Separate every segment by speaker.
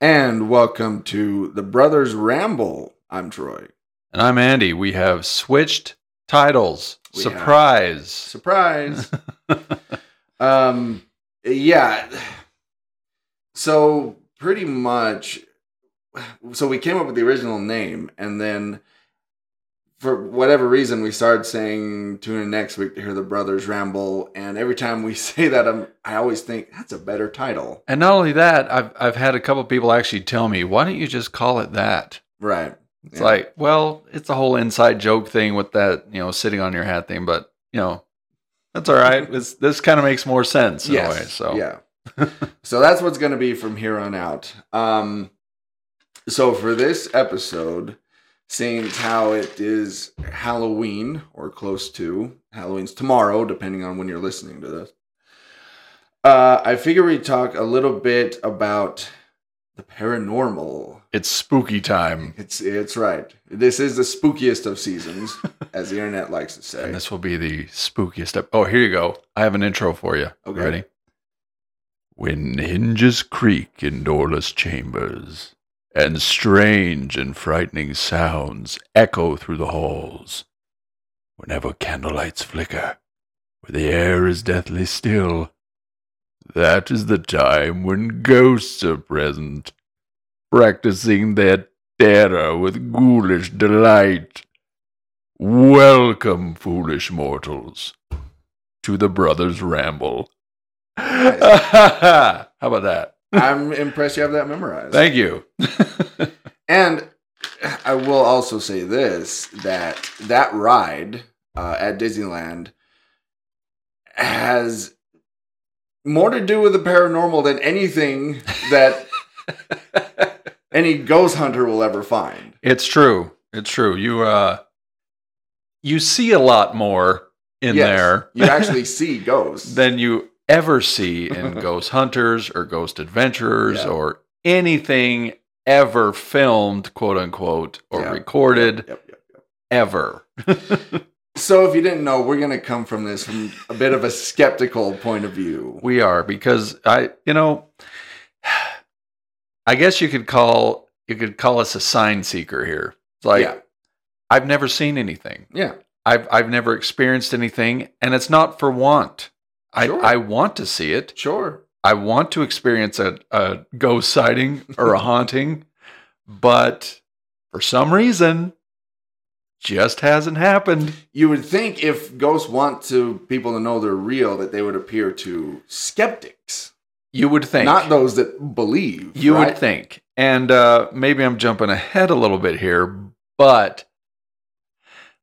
Speaker 1: And welcome to the Brothers Ramble. I'm Troy.
Speaker 2: And I'm Andy. We have switched titles.
Speaker 1: We have.
Speaker 2: Surprise.
Speaker 1: Surprise. um yeah. So pretty much so we came up with the original name and then for whatever reason we started saying tune in next week to hear the brothers ramble and every time we say that I'm, I always think that's a better title.
Speaker 2: and not only that, I've I've had a couple people actually tell me, why don't you just call it that?
Speaker 1: Right.
Speaker 2: It's
Speaker 1: Yeah.
Speaker 2: like, well, it's a whole inside joke thing with that, you know, sitting on your hat thing, but you know, that's all right. It's, this kind of makes more sense in a way. So
Speaker 1: yeah. so that's what's going to be from here on out. Um, so for this episode, since how it is Halloween or close to Halloween's tomorrow, depending on when you're listening to this, uh, I figure we talk a little bit about the paranormal.
Speaker 2: it's spooky time.
Speaker 1: It's it's right. This is the spookiest of seasons, as the internet likes to say.
Speaker 2: And this will be the spookiest ep- Oh, here you go. I have an intro for you.
Speaker 1: Okay.
Speaker 2: Ready? When hinges creak in doorless chambers, and strange and frightening sounds echo through the halls, whenever candlelights flicker, where the air is deathly still, that is the time when ghosts are present, practicing their terror with ghoulish delight. Welcome, foolish mortals, to the Brothers Ramble. How about that?
Speaker 1: I'm impressed you have that memorized.
Speaker 2: Thank you.
Speaker 1: And I will also say this that that ride uh, at Disneyland has more to do with the paranormal than anything that any ghost hunter will ever find.
Speaker 2: it's true. It's true. You uh you see a lot more in
Speaker 1: Yes,
Speaker 2: there
Speaker 1: You actually see ghosts.
Speaker 2: than you ever see in Ghost Hunters or Ghost Adventurers
Speaker 1: Yeah.
Speaker 2: or anything ever filmed, quote unquote, or
Speaker 1: Yeah.
Speaker 2: recorded
Speaker 1: Yep, yep, yep.
Speaker 2: ever.
Speaker 1: So, if you didn't know, we're going to come from this from a bit of a skeptical point of view.
Speaker 2: We are because I, you know, I guess you could call you could call us a sign seeker here. It's like
Speaker 1: yeah,
Speaker 2: I've never seen anything.
Speaker 1: yeah,
Speaker 2: I've I've never experienced anything, and it's not for want. I
Speaker 1: Sure.
Speaker 2: I want to see it.
Speaker 1: sure.
Speaker 2: I want to experience a, a ghost sighting or a haunting, but for some reason, just hasn't happened.
Speaker 1: You would think if ghosts want to people to know they're real, that they would appear to skeptics.
Speaker 2: You would think
Speaker 1: Not those that believe.
Speaker 2: You
Speaker 1: right?
Speaker 2: would think. And uh, maybe I'm jumping ahead a little bit here, but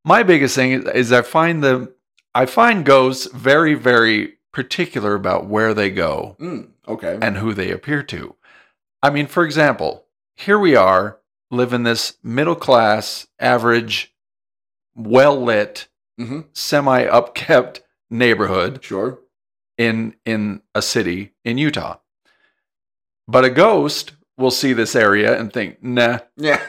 Speaker 2: my biggest thing is, is I find the I find ghosts very, very particular about where they go
Speaker 1: Mm, okay.
Speaker 2: and who they appear to. I mean, for example, here we are, live in this middle class, average, well lit,
Speaker 1: Mhm.
Speaker 2: semi upkept neighborhood
Speaker 1: sure.
Speaker 2: in in a city in Utah. But a ghost will see this area and think, "Nah."
Speaker 1: Yeah.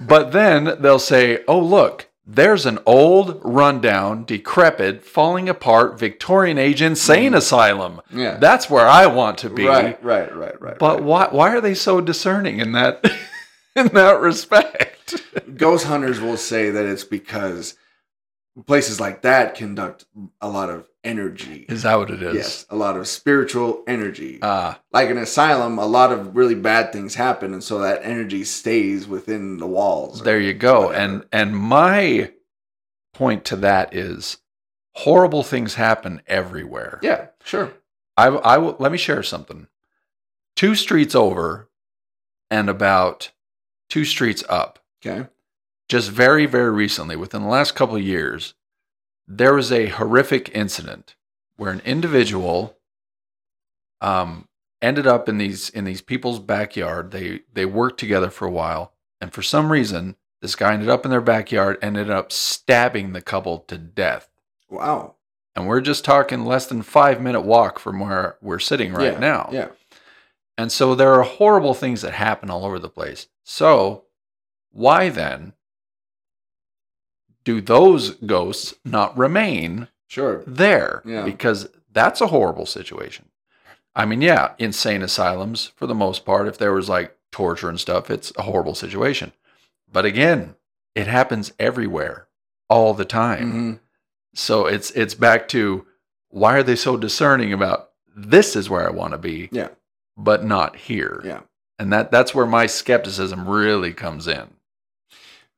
Speaker 2: But then they'll say, "Oh, look, there's an old, rundown, decrepit, falling apart Victorian age insane
Speaker 1: Mhm.
Speaker 2: asylum.
Speaker 1: yeah.
Speaker 2: That's where I want to be."
Speaker 1: right. Right. Right. Right.
Speaker 2: But why why are they so discerning in that in that respect?
Speaker 1: right. ghost hunters will say that it's because places like that conduct a lot of energy.
Speaker 2: Is that what it is?
Speaker 1: Yes, a lot of spiritual energy.
Speaker 2: Ah,
Speaker 1: like an asylum, a lot of really bad things happen, and so that energy stays within the walls.
Speaker 2: there you go.
Speaker 1: whatever.
Speaker 2: And and my point to that is horrible things happen everywhere.
Speaker 1: Yeah. Sure.
Speaker 2: I, I will let me share something. Two streets over and about two streets up,
Speaker 1: Okay.
Speaker 2: just very, very recently, within the last couple of years, there was a horrific incident where an individual um, ended up in these in these people's backyard. They they worked together for a while, and for some reason, this guy ended up in their backyard and ended up stabbing the couple to death.
Speaker 1: Wow.
Speaker 2: And we're just talking less than five minute walk from where we're sitting right
Speaker 1: Yeah,
Speaker 2: now.
Speaker 1: Yeah.
Speaker 2: And so there are horrible things that happen all over the place. So, why then do those ghosts not remain
Speaker 1: Sure.
Speaker 2: there?
Speaker 1: Yeah.
Speaker 2: Because that's a horrible situation. I mean, yeah, insane asylums for the most part. If there was like torture and stuff, it's a horrible situation. But again, it happens everywhere, all the time.
Speaker 1: Mhm.
Speaker 2: So it's it's back to why are they so discerning about this is where I want to be,
Speaker 1: Yeah.
Speaker 2: but not here,
Speaker 1: Yeah.
Speaker 2: And that that's where my skepticism really comes in.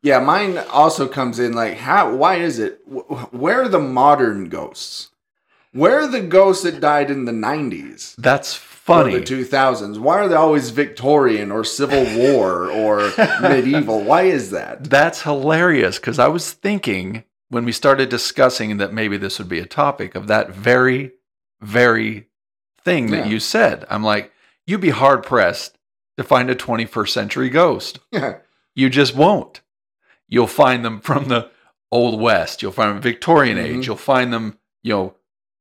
Speaker 1: Yeah, mine also comes in like how why is it wh- where are the modern ghosts? Where are the ghosts that died in the 90s?
Speaker 2: That's
Speaker 1: or
Speaker 2: funny.
Speaker 1: the 2000s. Why are they always Victorian or Civil War or medieval? Why is that?
Speaker 2: That's hilarious because I was thinking when we started discussing that maybe this would be a topic of that very, very thing that
Speaker 1: Yeah.
Speaker 2: you said. I'm like, you'd be hard pressed to find a 21st century ghost.
Speaker 1: Yeah.
Speaker 2: You just won't. You'll find them from the old west. You'll find them Victorian
Speaker 1: Mhm.
Speaker 2: age. You'll find them, you know,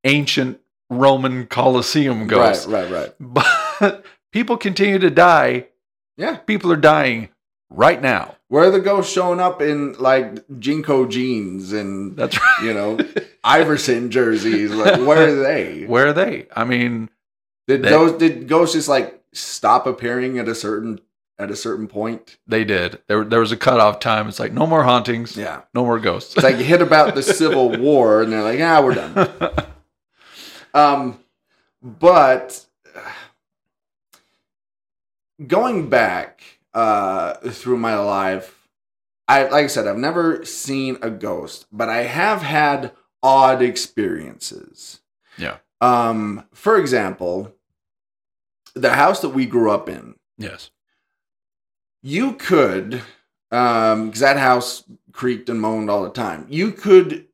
Speaker 2: ancient Roman Colosseum ghosts.
Speaker 1: Right, right, right.
Speaker 2: But people continue to die.
Speaker 1: Yeah.
Speaker 2: People are dying right now.
Speaker 1: Where are the ghosts showing up in like Jinko jeans and
Speaker 2: That's right.
Speaker 1: you know Iverson jerseys? Like where are they?
Speaker 2: Where are they? I mean,
Speaker 1: Did
Speaker 2: They-
Speaker 1: those did ghosts just like stop appearing at a certain at a certain point?
Speaker 2: they did. There, there was a cutoff time. It's like no more hauntings,
Speaker 1: Yeah.
Speaker 2: no more ghosts.
Speaker 1: It's like you hit about the Civil War, and they're like, "Ah, we're done." Um, but uh, going back uh, through my life, I like I said, I've never seen a ghost, but I have had odd experiences.
Speaker 2: Yeah.
Speaker 1: Um, for example, the house that we grew up in,
Speaker 2: yes.
Speaker 1: you could um because that house creaked and moaned all the time you could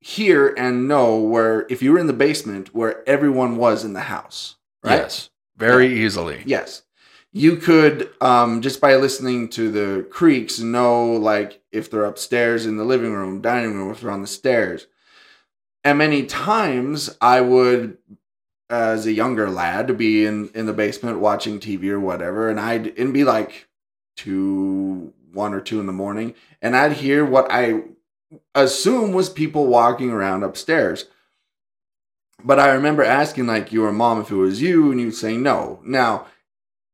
Speaker 1: hear and know where if you were in the basement where everyone was in the house right
Speaker 2: Yes. Very easily.
Speaker 1: yes you could um just by listening to the creaks know like if they're upstairs in the living room dining room if they're on the stairs and many times i would as a younger lad be in in the basement watching tv or whatever and i'd it'd be like two one or two in the morning and i'd hear what i assume was people walking around upstairs but i remember asking like your mom if it was you and you'd say no now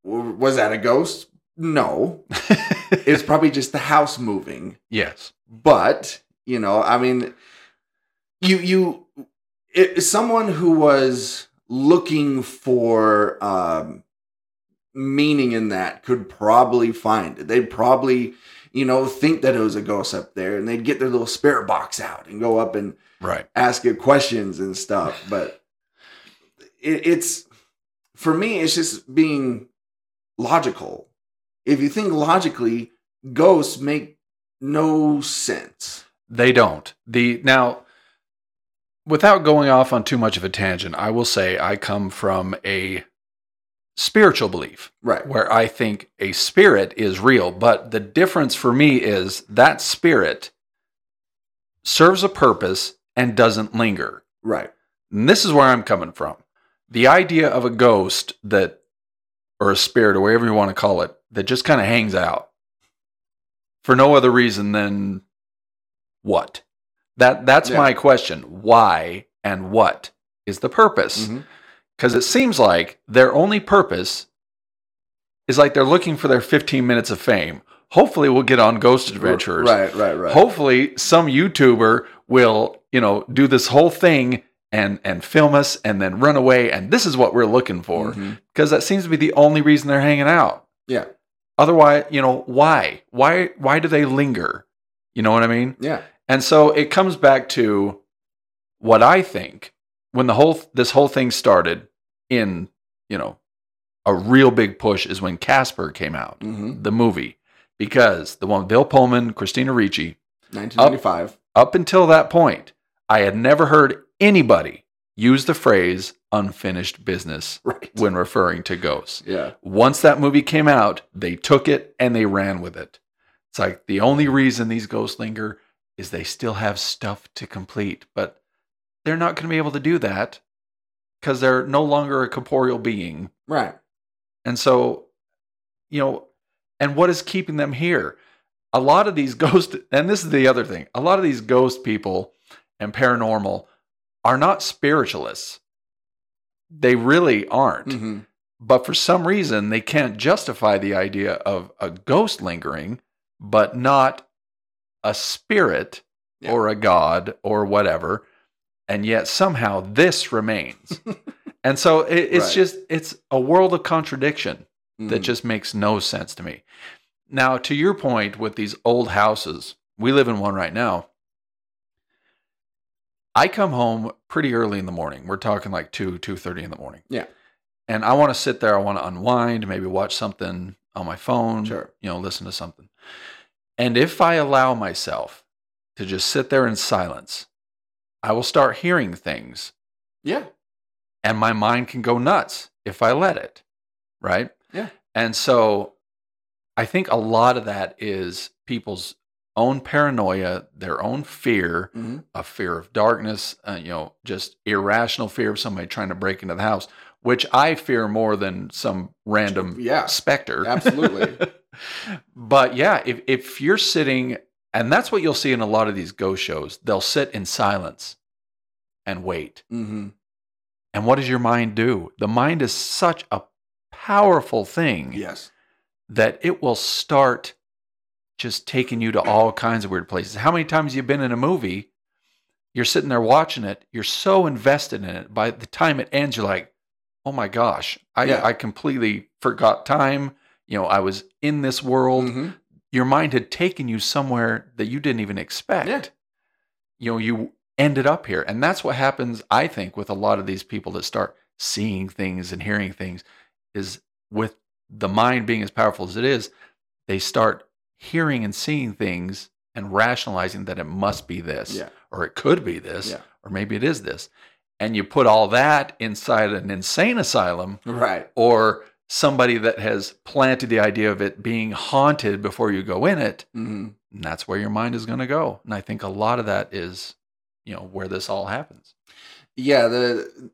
Speaker 1: w- was that a ghost no it's probably just the house moving
Speaker 2: yes.
Speaker 1: but you know i mean you you it, someone who was looking for um meaning in that could probably find it they'd probably you know think that it was a ghost up there and they'd get their little spirit box out and go up and
Speaker 2: Right.
Speaker 1: ask it questions and stuff but it, it's for me it's just being logical if you think logically ghosts make no sense
Speaker 2: They don't. The now without going off on too much of a tangent, I will say I come from a spiritual belief.
Speaker 1: right
Speaker 2: where I think a spirit is real. But the difference for me is that spirit serves a purpose and doesn't linger.
Speaker 1: right
Speaker 2: And this is where I'm coming from. The idea of a ghost that, or a spirit, or whatever you want to call it, that just kind of hangs out for no other reason than what? That, that's
Speaker 1: Yeah.
Speaker 2: my question. Why and what is the purpose?
Speaker 1: Mhm.
Speaker 2: because it seems like their only purpose is like they're looking for their 15 minutes of fame. Hopefully, we'll get on Ghost Adventures.
Speaker 1: right right right
Speaker 2: Hopefully, some YouTuber will, you know, do this whole thing and and film us and then run away. And this is what we're looking for
Speaker 1: Mhm.
Speaker 2: because that seems to be the only reason they're hanging out.
Speaker 1: Yeah.
Speaker 2: Otherwise, you know, why? Why? Why do they linger? You know what I mean?
Speaker 1: yeah
Speaker 2: And so it comes back to what I think when the whole this whole thing started in, you know, a real big push is when Casper came out,
Speaker 1: mm-hmm.
Speaker 2: the movie, because the one with Bill Pullman, Christina Ricci,
Speaker 1: 1995
Speaker 2: up until that point, I had never heard anybody use the phrase unfinished business
Speaker 1: right
Speaker 2: when referring to ghosts
Speaker 1: yeah
Speaker 2: once that movie came out, they took it and they ran with it. It's like the only reason these ghosts linger is they still have stuff to complete, but they're not going to be able to do that because they're no longer a corporeal being.
Speaker 1: right
Speaker 2: And so, you know, and what is keeping them here? A lot of these ghost, and this is the other thing, a lot of these ghost people and paranormal are not spiritualists. They really aren't.
Speaker 1: hmm
Speaker 2: But for some reason, they can't justify the idea of a ghost lingering, but not a spirit
Speaker 1: Yeah.
Speaker 2: or a god or whatever. And yet somehow this remains. and so it, it's
Speaker 1: Right.
Speaker 2: just, it's a world of contradiction
Speaker 1: Mm-hmm.
Speaker 2: that
Speaker 1: Mm.
Speaker 2: just makes no sense to me. Now, to your point with these old houses, we live in one right now. I come home pretty early in the morning. We're talking like two, two thirty in the morning.
Speaker 1: Yeah.
Speaker 2: and I want to sit there. I want to unwind, maybe watch something on my phone.
Speaker 1: Sure.
Speaker 2: you know, listen to something. And if I allow myself to just sit there in silence, I will start hearing things,
Speaker 1: yeah.
Speaker 2: and my mind can go nuts if I let it. Right.
Speaker 1: Yeah.
Speaker 2: And so I think a lot of that is people's own paranoia, their own fear,
Speaker 1: hmm
Speaker 2: a fear of darkness, uh, you know, just irrational fear of somebody trying to break into the house, which I fear more than some random
Speaker 1: Yeah.
Speaker 2: specter.
Speaker 1: Absolutely.
Speaker 2: but yeah, if, if you're sitting, and that's what you'll see in a lot of these ghost shows, they'll sit in silence and wait.
Speaker 1: hmm
Speaker 2: And what does your mind do? The mind is such a powerful thing
Speaker 1: Yes.
Speaker 2: that it will start just taking you to all kinds of weird places. How many times you've been in a movie, you're sitting there watching it, you're so invested in it. By the time it ends, you're like, "Oh my gosh, I
Speaker 1: Yeah.
Speaker 2: I completely forgot time. You know, I was in this world.
Speaker 1: Mhm.
Speaker 2: Your mind had taken you somewhere that you didn't even expect.
Speaker 1: Yeah.
Speaker 2: You know, you ended up here, and that's what happens. I think with a lot of these people that start seeing things and hearing things is with the mind being as powerful as it is, they start hearing and seeing things and rationalizing that it must be this
Speaker 1: Yeah.
Speaker 2: or it could be this
Speaker 1: Yeah.
Speaker 2: or maybe it is this. And you put all that inside an insane asylum
Speaker 1: Right.
Speaker 2: or somebody that has planted the idea of it being haunted before you go in it.
Speaker 1: hmm
Speaker 2: And that's where your mind is going to go. And I think a lot of that is, you know, where this all happens.
Speaker 1: Yeah. The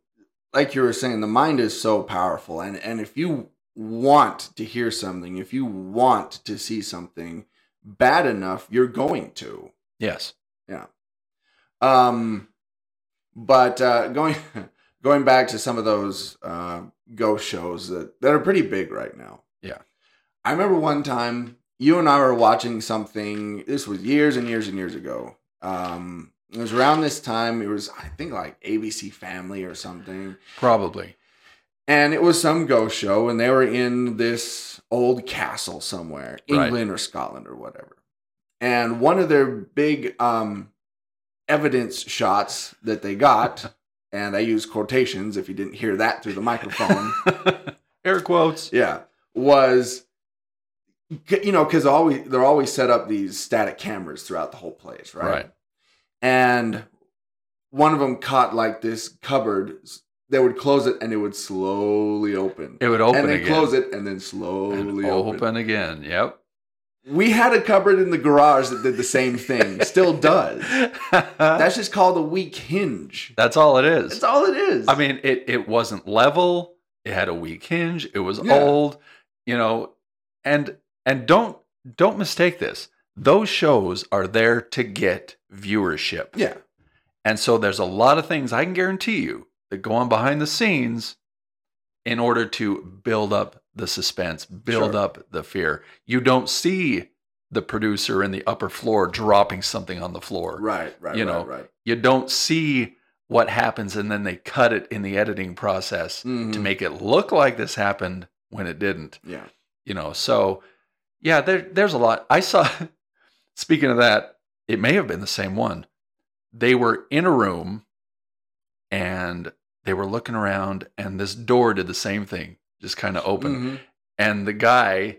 Speaker 1: like you were saying, the mind is so powerful, and and if you want to hear something, if you want to see something bad enough, you're going to.
Speaker 2: Yes.
Speaker 1: Um, but uh, going going back to some of those uh, ghost shows that that are pretty big right now.
Speaker 2: Yeah.
Speaker 1: I remember one time you and I were watching something. This was years and years and years ago. Um, it was around this time. It was I think like ABC Family or something
Speaker 2: Probably.
Speaker 1: and it was some ghost show and they were in this old castle somewhere
Speaker 2: Right.
Speaker 1: england or scotland or whatever and one of their big um, evidence shots that they got and i use quotations if you didn't hear that through the microphone
Speaker 2: Air quotes.
Speaker 1: yeah was c- you know because always they're always set up these static cameras throughout the whole place right,
Speaker 2: Right.
Speaker 1: and one of them caught like this cupboard they would close it and it would slowly open
Speaker 2: It would open
Speaker 1: and then
Speaker 2: again.
Speaker 1: close it and then
Speaker 2: And
Speaker 1: slowly
Speaker 2: open.
Speaker 1: open.
Speaker 2: again. Yep.
Speaker 1: We had a cupboard in the garage that did the same thing. Still does. That's just called a weak hinge.
Speaker 2: That's all it is.
Speaker 1: That's all it is.
Speaker 2: I mean, it it wasn't level. It had a weak hinge. It was
Speaker 1: Yeah.
Speaker 2: old, you know. And and don't don't mistake this. Those shows are there to get viewership.
Speaker 1: yeah.
Speaker 2: And so there's a lot of things I can guarantee you that go on behind the scenes in order to build up the suspense, build
Speaker 1: Sure.
Speaker 2: up the fear. You don't see the producer in the upper floor dropping something on the floor
Speaker 1: Right. Right.
Speaker 2: You
Speaker 1: right,
Speaker 2: know,
Speaker 1: Right.
Speaker 2: you don't see what happens and then they cut it in the editing process
Speaker 1: Mhm.
Speaker 2: to make it look like this happened when it didn't
Speaker 1: yeah.
Speaker 2: you know so yeah there, there's a lot i saw speaking of that it may have been the same one they were in a room and they were looking around and this door did the same thing just kind of opened
Speaker 1: Mhm.
Speaker 2: and the guy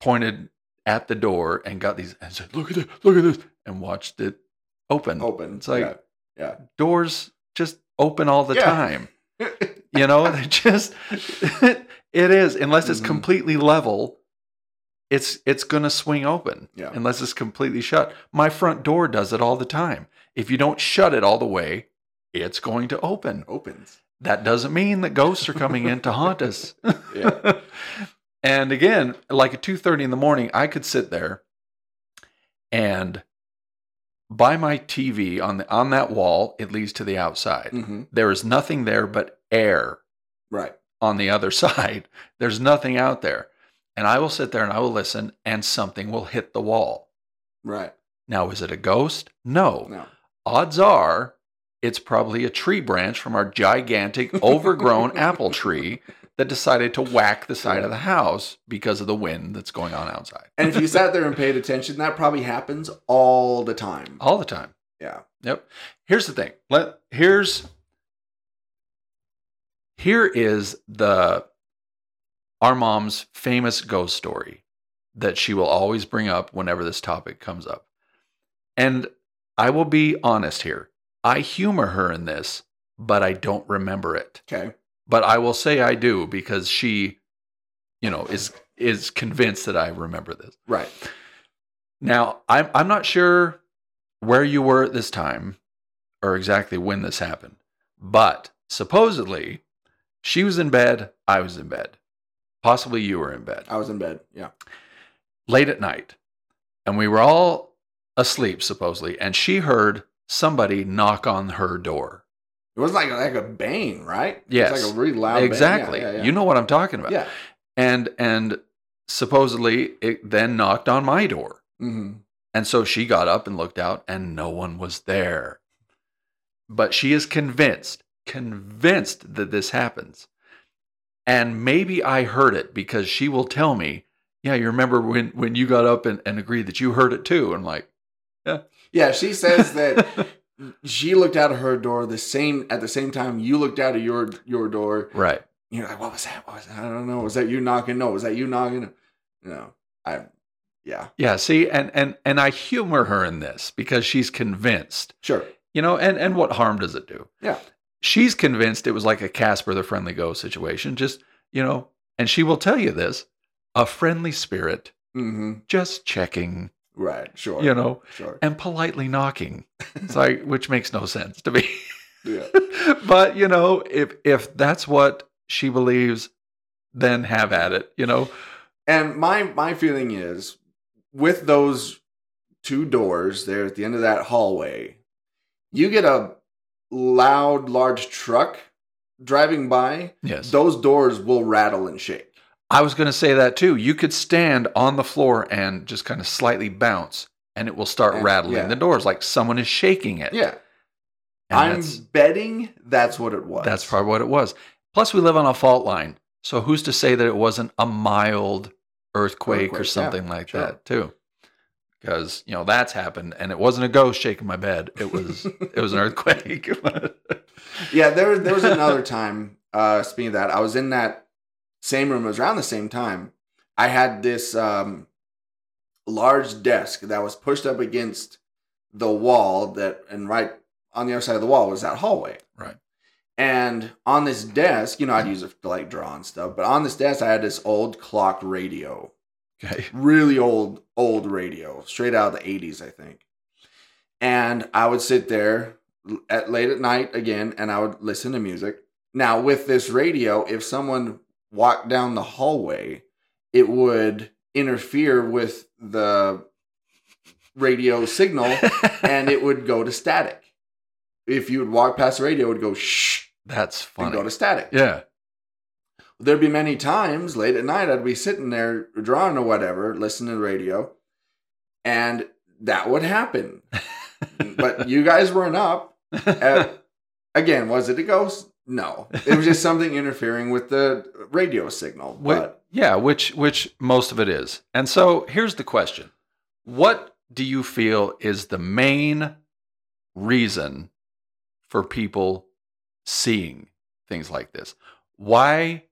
Speaker 2: pointed at the door and got these and said look at this look at this and watched it open
Speaker 1: Open.
Speaker 2: It's like- doors just open all the
Speaker 1: Yeah.
Speaker 2: time.
Speaker 1: yeah.
Speaker 2: You know, they just it is unless it's
Speaker 1: Mhm.
Speaker 2: completely level, it's it's going to swing open.
Speaker 1: Yeah.
Speaker 2: Unless it's completely shut. My front door does it all the time. If you don't shut it all the way, it's going to open.
Speaker 1: Opens.
Speaker 2: That doesn't mean that ghosts are coming in to haunt us.
Speaker 1: Yeah.
Speaker 2: and again, like at 2:30 in the morning, I could sit there and by my TV on the on that wall, it leads to the outside.
Speaker 1: Mhm.
Speaker 2: There is nothing there but air
Speaker 1: Right.
Speaker 2: on the other side. There's nothing out there. And I will sit there and I will listen, and something will hit the wall.
Speaker 1: Right.
Speaker 2: Now, is it a ghost? No.
Speaker 1: No.
Speaker 2: Odds are it's probably a tree branch from our gigantic, overgrown apple tree that decided to whack the side of the house because of the wind that's going on outside
Speaker 1: And if you sat there and paid attention, that probably happens all the time.
Speaker 2: all the time.
Speaker 1: Yeah.
Speaker 2: Yep. Here's the thing. Let here's here is the our mom's famous ghost story that she will always bring up whenever this topic comes up. And I will be honest here. I humor her in this, but I don't remember it
Speaker 1: Okay.
Speaker 2: but I will say I do because she, you know, is is convinced that I remember this.
Speaker 1: Right.
Speaker 2: Now I'm I'm not sure where you were at this time or exactly when this happened, but supposedly she was in bed, I was in bed, possibly you were in bed
Speaker 1: I was in bed. Yeah.
Speaker 2: late at night, and we were all asleep supposedly, and she heard somebody knock on her door.
Speaker 1: It was like like a bang, right?
Speaker 2: Yes.
Speaker 1: It's like a really loud bang. Yeah,
Speaker 2: exactly,
Speaker 1: Oh, Yeah, yeah.
Speaker 2: you know what I'm talking about.
Speaker 1: Yeah.
Speaker 2: and and supposedly it then knocked on my door
Speaker 1: hmm
Speaker 2: and so she got up and looked out and no one was there but she is convinced convinced that this happens and maybe i heard it because she will tell me yeah you remember when when you got up and, and agreed that you heard it too and like
Speaker 1: Yeah. She says that she looked out of her door the same at the same time you looked out of your your door.
Speaker 2: right
Speaker 1: You're like, what was that? What was that? I don't know. Was that you knocking? No. Was that you knocking? No. I. Yeah.
Speaker 2: yeah see and and and i humor her in this because she's convinced
Speaker 1: Sure.
Speaker 2: You know, and and what harm does it do?
Speaker 1: Yeah.
Speaker 2: She's convinced it was like a Casper the Friendly Ghost situation, just, you know, and she will tell you this, a friendly spirit
Speaker 1: Mm-hmm.
Speaker 2: just checking,
Speaker 1: Right. Sure.
Speaker 2: you know,
Speaker 1: Sure.
Speaker 2: and politely knocking. It's like which makes no sense to me.
Speaker 1: Yeah.
Speaker 2: but, you know, if if that's what she believes, then have at it, you know.
Speaker 1: And my my feeling is with those two doors there at the end of that hallway, you get a loud large truck driving by,
Speaker 2: Yes.
Speaker 1: those doors will rattle and shake.
Speaker 2: I was going to say that too. You could stand on the floor and just kind of slightly bounce and it will start
Speaker 1: And-
Speaker 2: rattling
Speaker 1: yeah.
Speaker 2: the doors like someone is shaking it.
Speaker 1: Yeah.
Speaker 2: And
Speaker 1: I'm
Speaker 2: that's-
Speaker 1: betting that's what it was.
Speaker 2: That's probably what it was. Plus, we live on a fault line. So who's to say that it wasn't a mild earthquake,
Speaker 1: Earthquake,
Speaker 2: or
Speaker 1: yeah,
Speaker 2: something like
Speaker 1: sure.
Speaker 2: that too? Because you know that's happened, and it wasn't a ghost shaking my bed. It was it was an earthquake.
Speaker 1: Yeah, there there was another time, uh speaking of that, I was in that same room, it was around the same time. I had this um large desk that was pushed up against the wall that and right on the other side of the wall was that hallway.
Speaker 2: Right.
Speaker 1: And on this desk, you know, I'd use it to like draw and stuff, but on this desk I had this old clock radio
Speaker 2: okay.
Speaker 1: really old old radio straight out of the 80s i think and i would sit there l- at late at night again and i would listen to music now with this radio if someone walked down the hallway it would interfere with the radio signal and it would go to static if you would walk past the radio it would go shh
Speaker 2: that's
Speaker 1: and
Speaker 2: funny.
Speaker 1: go to static
Speaker 2: yeah.
Speaker 1: there'd be many times late at night I'd be sitting there drawing or whatever, listening to the radio, and that would happen. but you guys weren't up. Uh, again, was it a ghost? No, it was just something interfering with the radio signal.
Speaker 2: Wh-
Speaker 1: But
Speaker 2: yeah, which which most of it is. And so here's the question: What do you feel is the main reason for people seeing things like this? Why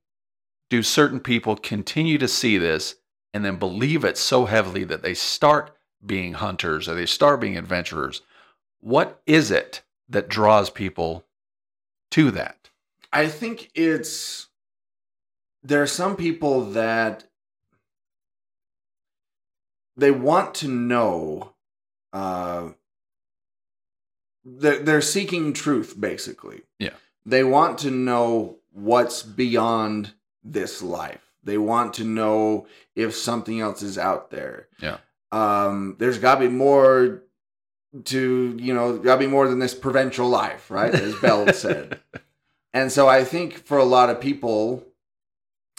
Speaker 2: do certain people continue to see this and then believe it so heavily that they start being hunters or they start being adventurers? What is it that draws people to that?
Speaker 1: I think it's there are some people that they want to know. Uh, they're, they're seeking truth, basically.
Speaker 2: Yeah.
Speaker 1: They want to know what's beyond this life. They want to know if something else is out there.
Speaker 2: Yeah.
Speaker 1: Um, there's got to be more to, you know, got to be more than this provincial life, right? As Bell said And so I think for a lot of people,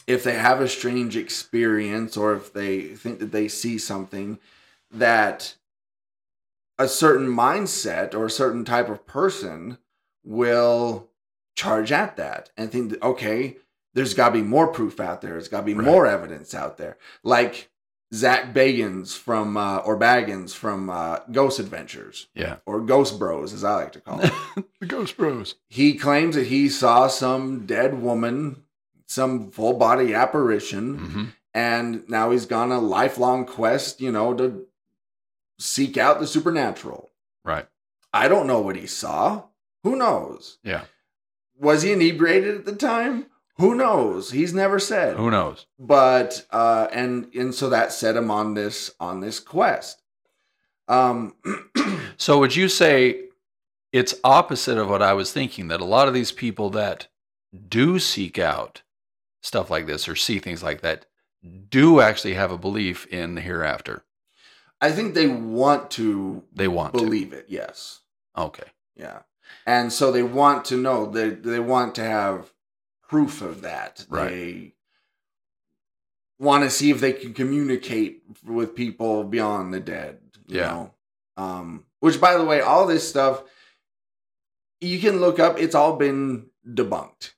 Speaker 1: if they have a strange experience or if they think that they see something that a certain mindset or a certain type of person will charge at that and think that, okay, there's got to be more proof out there. There's got to be
Speaker 3: Right.
Speaker 1: more evidence out there. Like Zach Bagans from, uh, or Baggins from uh, Ghost Adventures
Speaker 3: Yeah.
Speaker 1: or Ghost Bros, as I like to call it
Speaker 3: The Ghost Bros.
Speaker 1: he claims that he saw some dead woman, some full body apparition,
Speaker 2: Mm-hmm.
Speaker 3: hmm
Speaker 1: and now he's gone a lifelong quest, you know, to seek out the supernatural.
Speaker 3: Right.
Speaker 1: I don't know what he saw. Who knows?
Speaker 3: Yeah.
Speaker 1: Was he inebriated at the time? Who knows? He's never said
Speaker 3: Who knows?
Speaker 1: but uh and and so that set him on this on this quest um
Speaker 2: So would you say it's opposite of what I was thinking that a lot of these people that do seek out stuff like this or see things like that do actually have a belief in the hereafter.
Speaker 1: i think they want to
Speaker 2: They want
Speaker 1: believe it yes
Speaker 2: to. Okay.
Speaker 1: Yeah. And so they want to know they they want to have proof of that.
Speaker 3: Right.
Speaker 1: They want to see if they can communicate with people beyond the dead, you
Speaker 3: Yeah.
Speaker 1: know. Um which by the way, all this stuff you can look up, it's all been debunked.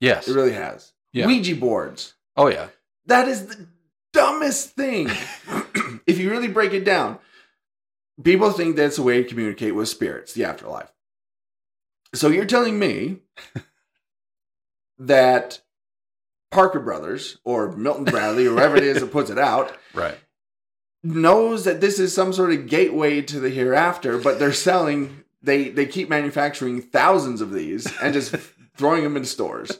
Speaker 2: Yes.
Speaker 1: It really has.
Speaker 2: Yeah.
Speaker 1: Ouija boards.
Speaker 2: Oh yeah.
Speaker 1: That is the dumbest thing. if you really break it down, people think that's a way to communicate with spirits, the afterlife. So you're telling me that Parker Brothers or Milton Bradley, or whoever it is that puts it out,
Speaker 2: Right.
Speaker 1: knows that this is some sort of gateway to the hereafter, but they're selling, they, they keep manufacturing thousands of these and just throwing them in stores.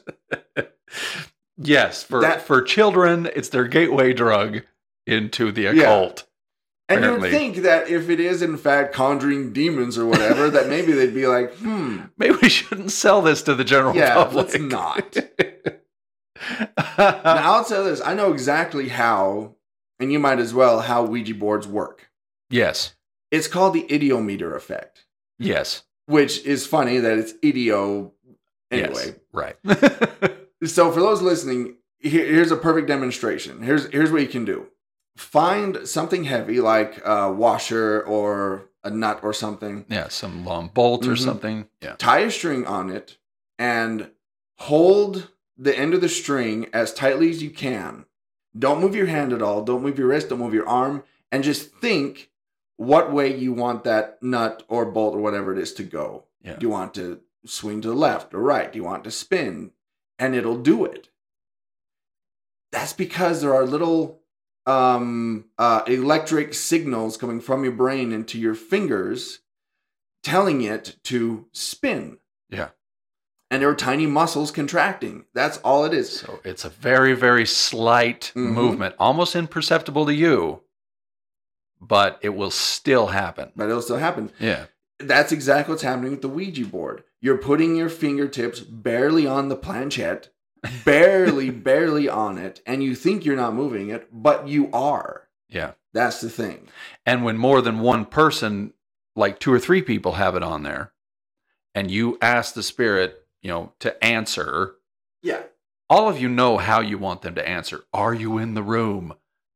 Speaker 2: Yes, for
Speaker 1: That-
Speaker 2: for children, it's their gateway drug into the
Speaker 1: Yeah.
Speaker 2: occult.
Speaker 1: And you would
Speaker 2: Apparently.
Speaker 1: think that if it is in fact conjuring demons or whatever, that maybe they'd be like, hmm,
Speaker 2: Maybe we shouldn't sell this to the general
Speaker 1: yeah,
Speaker 2: public.
Speaker 1: let's not. now I'll tell you this: I know exactly how, and you might as well, how Ouija boards work.
Speaker 2: yes.
Speaker 1: It's called the idiometer effect,
Speaker 2: Yes.
Speaker 1: which is funny that it's idio. Anyway,
Speaker 2: Yes. Right.
Speaker 1: so for those listening, here, here's a perfect demonstration. Here's here's what you can do: find something heavy like a washer or a nut or something.
Speaker 2: yeah, some long bolt or
Speaker 1: Mhm.
Speaker 2: something. Yeah.
Speaker 1: tie a string on it and hold the end of the string as tightly as you can. Don't move your hand at all. Don't move your wrist. Don't move your arm. And just think what way you want that nut or bolt or whatever it is to go.
Speaker 3: Yeah.
Speaker 1: Do you want to swing to the left or right? Do you want to spin? And it'll do it. That's because there are little um, uh, electric signals coming from your brain into your fingers telling it to spin.
Speaker 3: Yeah.
Speaker 1: And there are tiny muscles contracting. That's all it is.
Speaker 2: So it's a very, very slight
Speaker 1: Mhm.
Speaker 2: movement, almost imperceptible to you, but it will still happen.
Speaker 1: But it'll still happen.
Speaker 3: Yeah.
Speaker 1: That's exactly what's happening with the Ouija board. You're putting your fingertips barely on the planchette, barely, barely on it, and you think you're not moving it, but you are.
Speaker 3: Yeah.
Speaker 1: That's the thing.
Speaker 2: And when more than one person, like two or three people, have it on there, and you ask the spirit, you know, to answer,
Speaker 1: Yeah.
Speaker 2: all of you know how you want them to answer. Are you in the room?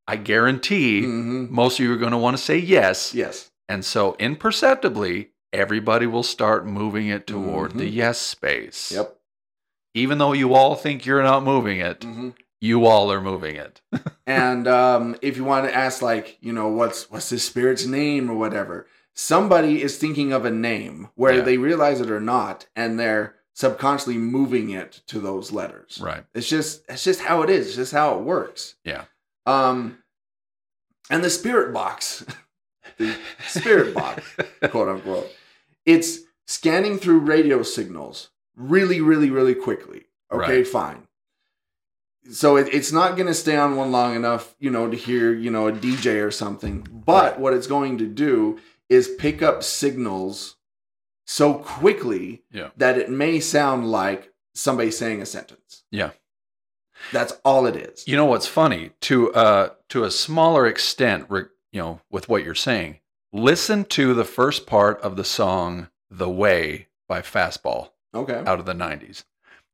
Speaker 2: I guarantee
Speaker 1: hmm
Speaker 2: most of you are going to want to say yes.
Speaker 1: Yes.
Speaker 2: And so imperceptibly, everybody will start moving it toward the
Speaker 1: Mhm.
Speaker 2: yes space.
Speaker 1: Yep.
Speaker 2: Even though you all think you're not moving it,
Speaker 1: hmm
Speaker 2: you all are moving it.
Speaker 1: And um, if you want to ask, like, you know, what's what's this spirit's name or whatever, somebody is thinking of a name, whether
Speaker 3: Yeah.
Speaker 1: they realize it or not, and they're subconsciously moving it to those letters.
Speaker 3: Right.
Speaker 1: It's just it's just how it is. It's just how it works.
Speaker 3: Yeah.
Speaker 1: Um, and the spirit box, the spirit box, quote unquote, it's scanning through radio signals really, really, really quickly. Okay,
Speaker 3: Right.
Speaker 1: fine. So it, it's not going to stay on one long enough, you know, to hear you know a DJ or something. But what it's going to do is pick up signals so quickly
Speaker 3: Yeah.
Speaker 1: that it may sound like somebody saying a sentence.
Speaker 3: Yeah.
Speaker 1: That's all it is.
Speaker 2: You know what's funny to uh, to a smaller extent, re- you know, with what you're saying. Listen to the first part of the song "The Way" by Fastball
Speaker 1: Okay.
Speaker 2: Uh, out of the '90s.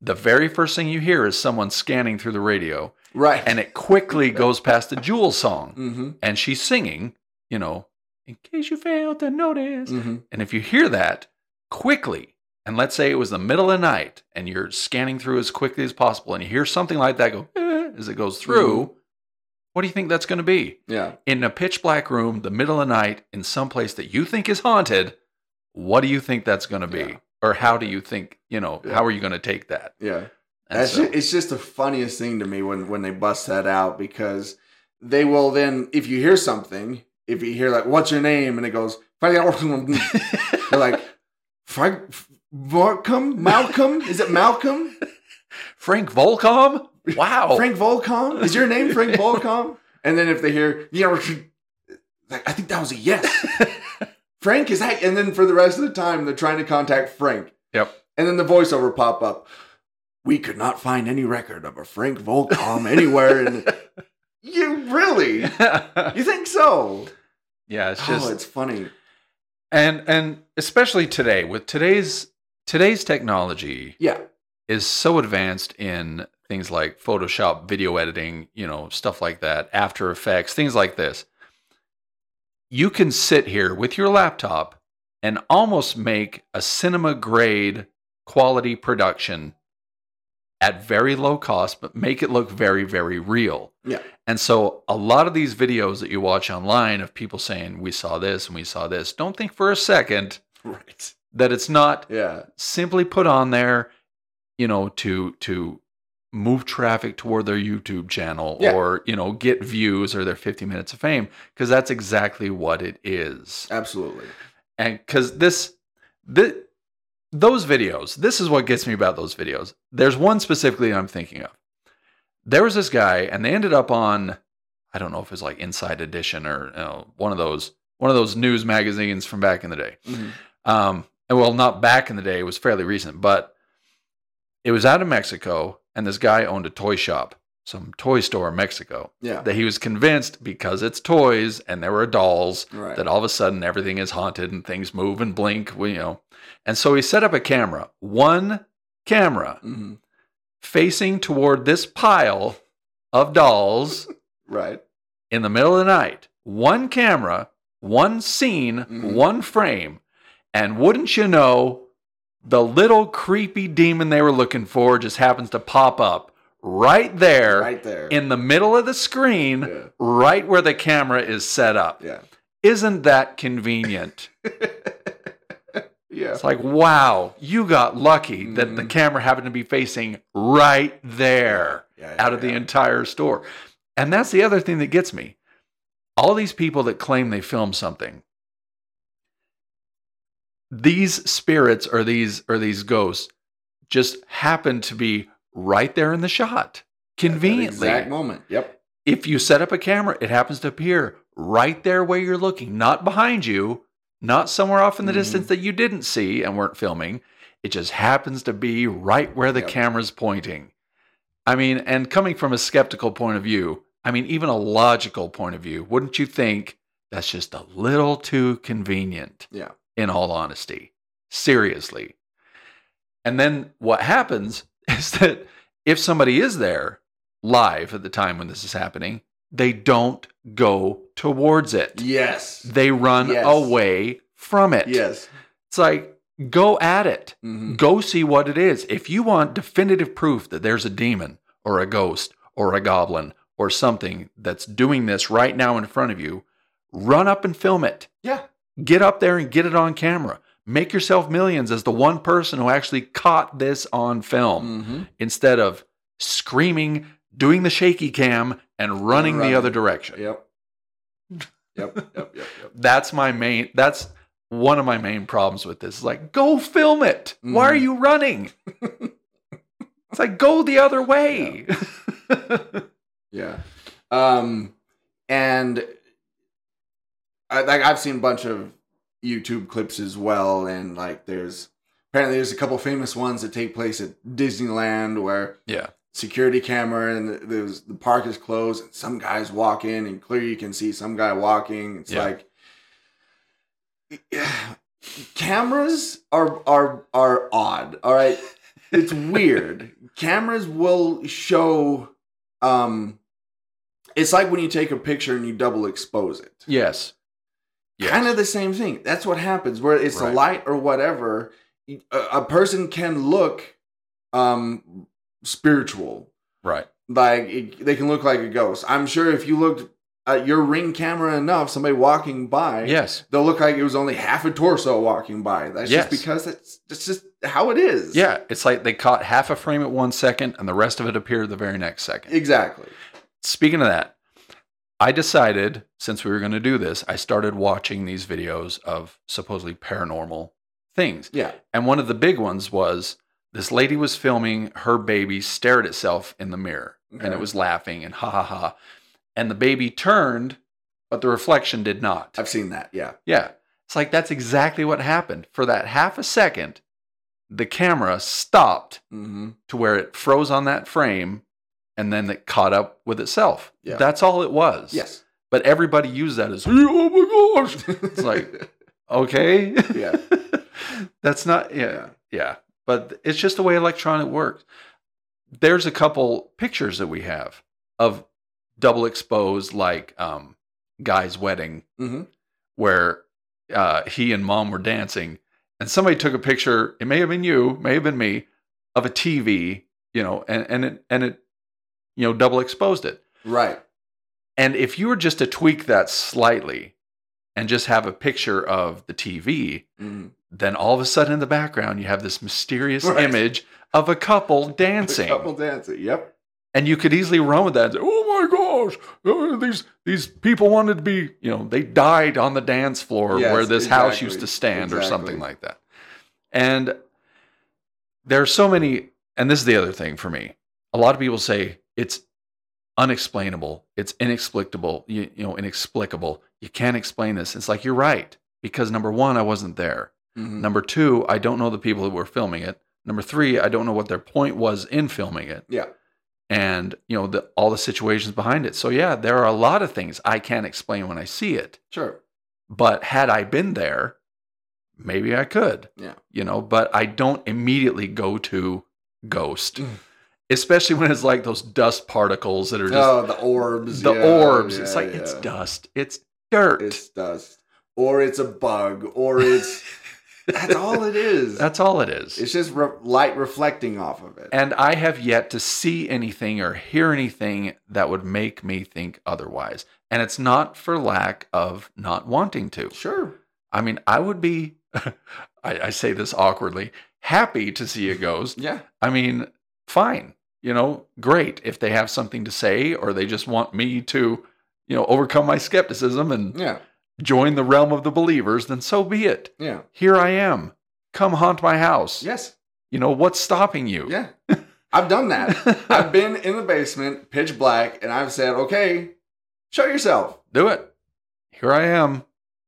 Speaker 2: the very first thing you hear is someone scanning through the radio,
Speaker 1: Right.
Speaker 2: and it quickly goes past the Jewel song,
Speaker 1: mm-hmm.
Speaker 2: and she's singing, you know, in case you failed to notice.
Speaker 1: Mm-hmm.
Speaker 2: And if you hear that quickly, and let's say it was the middle of the night and you're scanning through as quickly as possible and you hear something like that go "Eh," as it goes
Speaker 1: Mm-hmm.
Speaker 2: through, what do you think that's going to be?
Speaker 1: Yeah.
Speaker 2: In a pitch black room, the middle of the night, in some place that you think is haunted, what do you think that's going to be?
Speaker 1: Yeah.
Speaker 2: Or how do you think, you know,
Speaker 1: Yeah.
Speaker 2: how are you going to take that?
Speaker 1: Yeah.
Speaker 2: And
Speaker 1: That's
Speaker 2: so-
Speaker 1: ju- it's just the funniest thing to me when when they bust that out because they will then if you hear something if you hear like what's your name and it goes they're like Frank Malcolm Malcolm is it Malcolm
Speaker 2: Frank Volcom? Wow.
Speaker 1: Frank Volcom is your name Frank Volcom and then if they hear you know like I think that was a yes Frank is that and then for the rest of the time they're trying to contact Frank
Speaker 2: Yep.
Speaker 1: and then the voiceover pop up. We could not find any record of a Frank Volcom anywhere. And you really? You think so?
Speaker 2: yeah, it's just
Speaker 1: oh, it's funny.
Speaker 2: and and especially today with today's today's technology
Speaker 1: Yeah,
Speaker 2: is so advanced in things like photoshop video editing you know stuff like that after effects things like this you can sit here with your laptop and almost make a cinema grade quality production at very low cost but make it look very very real
Speaker 1: Yeah.
Speaker 2: and so a lot of these videos that you watch online of people saying we saw this and we saw this don't think for a second
Speaker 1: right.
Speaker 2: that it's not
Speaker 1: Yeah,
Speaker 2: simply put on there, you know, to to move traffic toward their YouTube channel
Speaker 1: Yeah.
Speaker 2: or you know get views or their 50 minutes of fame because that's exactly what it is.
Speaker 1: absolutely.
Speaker 2: And because this, this those videos, this is what gets me about those videos. There's one specifically I'm thinking of. There was this guy, and they ended up on, I don't know if it's like Inside Edition or you know, one of those one of those news magazines from back in the day
Speaker 1: Mhm.
Speaker 2: um, and well, not back in the day, it was fairly recent, but it was out of Mexico, and this guy owned a toy shop, some toy store in Mexico,
Speaker 1: Yeah,
Speaker 2: that he was convinced because it's toys and there were dolls
Speaker 1: right.
Speaker 2: that all of a sudden everything is haunted and things move and blink, we- you know. And so he set up a camera, one camera
Speaker 1: Mhm.
Speaker 2: facing toward this pile of dolls
Speaker 1: Right.
Speaker 2: in the middle of the night. One camera, one scene,
Speaker 1: Mhm.
Speaker 2: one frame. And wouldn't you know, the little creepy demon they were looking for just happens to pop up right there
Speaker 1: Right there.
Speaker 2: in the middle of the screen,
Speaker 1: yeah.
Speaker 2: right where the camera is set up.
Speaker 1: Yeah.
Speaker 2: Isn't that convenient?
Speaker 1: Yeah.
Speaker 2: it's like, wow, you got lucky that the
Speaker 1: Mhm.
Speaker 2: camera happened to be facing right there
Speaker 1: Yeah,
Speaker 2: out of the entire store. And that's the other thing that gets me. All these people that claim they film something, these spirits or these or these ghosts just happen to be right there in the shot. Conveniently.
Speaker 1: exact moment. Yep.
Speaker 2: If you set up a camera, it happens to appear right there where you're looking, not behind you, not somewhere off in the
Speaker 1: Mhm.
Speaker 2: distance that you didn't see and weren't filming. It just happens to be right where the
Speaker 1: Yep.
Speaker 2: camera's pointing. I mean, and coming from a skeptical point of view, I mean, even a logical point of view, wouldn't you think that's just a little too convenient?
Speaker 1: Yeah.
Speaker 2: In all honesty, seriously. And then what happens is that if somebody is there, live at the time when this is happening, they don't go towards it.
Speaker 1: Yes.
Speaker 2: They run
Speaker 1: Yes.
Speaker 2: away from it.
Speaker 1: Yes.
Speaker 2: It's like, go at it.
Speaker 1: Mhm.
Speaker 2: Go see what it is. If you want definitive proof that there's a demon or a ghost or a goblin or something that's doing this right now in front of you, run up and film it.
Speaker 1: Yeah.
Speaker 2: Get up there and get it on camera. Make yourself millions as the one person who actually caught this on film
Speaker 1: Mhm.
Speaker 2: instead of screaming, doing the shaky cam, and running the
Speaker 1: running.
Speaker 2: other direction.
Speaker 1: Mm-hmm. Yep. Yep. Yep. Yep. Yep.
Speaker 2: That's my main. That's one of my main problems with this. It's like, go film it. Why are
Speaker 1: Mhm.
Speaker 2: you running? it's like, go the other way.
Speaker 1: Yeah. Um, and I, like I've seen a bunch of YouTube clips as well, and like there's apparently there's a couple famous ones that take place at Disneyland where
Speaker 2: Yeah.
Speaker 1: security camera and there's the park is closed and some guys walk in and clearly you can see some guy walking. It's
Speaker 2: Yeah.
Speaker 1: like cameras are are are odd. All right. it's weird. Cameras will show um it's like when you take a picture and you double expose it.
Speaker 2: Yes. Yes.
Speaker 1: Kind of the same thing. That's what happens where it's the
Speaker 2: Right.
Speaker 1: light or whatever. A, a person can look um spiritual.
Speaker 2: right.
Speaker 1: Like it, they can look like a ghost. I'm sure if you looked at your ring camera enough, somebody walking by,
Speaker 2: Yes.
Speaker 1: they'll look like it was only half a torso walking by. That's
Speaker 2: Yes.
Speaker 1: just because that's, that's just how it is.
Speaker 2: Yeah. It's like they caught half a frame at one second and the rest of it appeared the very next second.
Speaker 1: Exactly.
Speaker 2: Speaking of that, I decided since we were going to do this, I started watching these videos of supposedly paranormal things.
Speaker 1: Yeah.
Speaker 2: And one of the big ones was this lady was filming her baby stared at itself in the mirror and
Speaker 1: Okay.
Speaker 2: it was laughing and ha ha ha. And the baby turned, but the reflection did not.
Speaker 1: I've seen that. Yeah.
Speaker 2: Yeah. It's like that's exactly what happened. For that half a second, the camera stopped
Speaker 1: Mm-hmm.
Speaker 2: to where it froze on that frame and then it caught up with itself.
Speaker 1: Yeah.
Speaker 2: That's all it was.
Speaker 1: Yes.
Speaker 2: But everybody used that as, "Hey, oh my gosh.
Speaker 1: it's
Speaker 2: like- Okay.
Speaker 1: Yeah.
Speaker 2: That's not, yeah. Yeah. But it's just the way electronic works. There's a couple pictures that we have of double exposed, like um, Guy's wedding
Speaker 1: hmm
Speaker 2: where uh, he and mom were dancing, and somebody took a picture. It may have been you, may have been me, of a TV, you know, and and it and it, you know, double exposed it.
Speaker 1: right.
Speaker 2: And if you were just to tweak that slightly, and just have a picture of the TV,
Speaker 1: Mhm.
Speaker 2: then all of a sudden in the background you have this mysterious
Speaker 1: Right.
Speaker 2: image of a couple dancing,
Speaker 1: Couple dancing. Yep.
Speaker 2: and you could easily run with that. and say, oh my gosh, uh, these these people wanted to be, you know, they died on the dance floor
Speaker 1: Yes,
Speaker 2: where this house used
Speaker 1: exactly,
Speaker 2: to stand or something
Speaker 1: exactly.
Speaker 2: like that. And there are so many, and this is the other thing for me. A lot of people say it's unexplainable, it's inexplicable, you, you know, inexplicable. You can't explain this. It's like you're right because number one, I wasn't there.
Speaker 1: Mhm.
Speaker 2: Number two, I don't know the people that were filming it. Number three, I don't know what their point was in filming it
Speaker 1: Yeah.
Speaker 2: and you know the, all the situations behind it. So yeah, there are a lot of things I can't explain when I see it.
Speaker 1: Sure.
Speaker 2: But had I been there, maybe I could.
Speaker 1: Yeah.
Speaker 2: You know, but I don't immediately go to ghost,
Speaker 1: Mm.
Speaker 2: especially when it's like those dust particles that are just
Speaker 1: oh, the orbs.
Speaker 2: the
Speaker 1: yeah,
Speaker 2: orbs.
Speaker 1: yeah,
Speaker 2: it's like
Speaker 1: yeah.
Speaker 2: it's dust. It's dirt.
Speaker 1: It's dust. Or it's a bug. Or it's. that's all it is.
Speaker 2: That's all it is.
Speaker 1: it's just re- light reflecting off of it.
Speaker 2: and I have yet to see anything or hear anything that would make me think otherwise. And it's not for lack of not wanting to.
Speaker 1: sure.
Speaker 2: I mean, I would be, I, I say this awkwardly, happy to see a ghost.
Speaker 1: Yeah.
Speaker 2: I mean, fine, you know, great if they have something to say or they just want me to, you know, overcome my skepticism and
Speaker 1: Yeah.
Speaker 2: join the realm of the believers, then so be it.
Speaker 1: Yeah.
Speaker 2: Here I am. Come haunt my house.
Speaker 1: Yes.
Speaker 2: You know, what's stopping you?
Speaker 1: Yeah. I've done that. I've been in the basement, pitch black, and I've said, okay, show yourself.
Speaker 2: Do it. Here I am.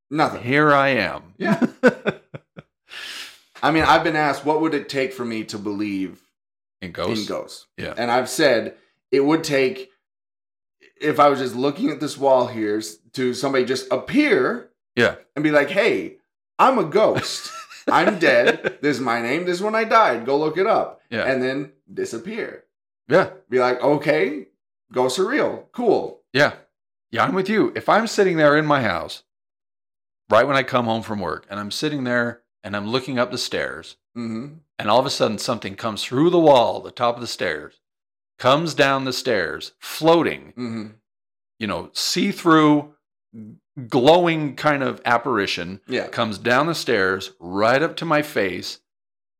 Speaker 1: Nothing.
Speaker 2: Here I am.
Speaker 1: Yeah. I mean, I've been asked, what would it take for me to believe
Speaker 2: In ghosts.
Speaker 1: in ghosts?
Speaker 2: Yeah.
Speaker 1: And I've said it would take, if I was just looking at this wall here, s- to somebody just appear
Speaker 2: Yeah.
Speaker 1: and be like, hey, I'm a ghost. I'm dead. This is my name. This is when I died. Go look it up.
Speaker 2: Yeah.
Speaker 1: And then disappear.
Speaker 2: yeah.
Speaker 1: Be like, okay, ghosts are real. Cool.
Speaker 2: Yeah. Yeah, I'm with you. If I'm sitting there in my house, right when I come home from work, and I'm sitting there and I'm looking up the stairs,
Speaker 1: Mm-hmm.
Speaker 2: and all of a sudden something comes through the wall, the top of the stairs, comes down the stairs, floating,
Speaker 1: Mm-hmm.
Speaker 2: you know, see through, glowing kind of apparition,
Speaker 1: Yeah.
Speaker 2: comes down the stairs right up to my face,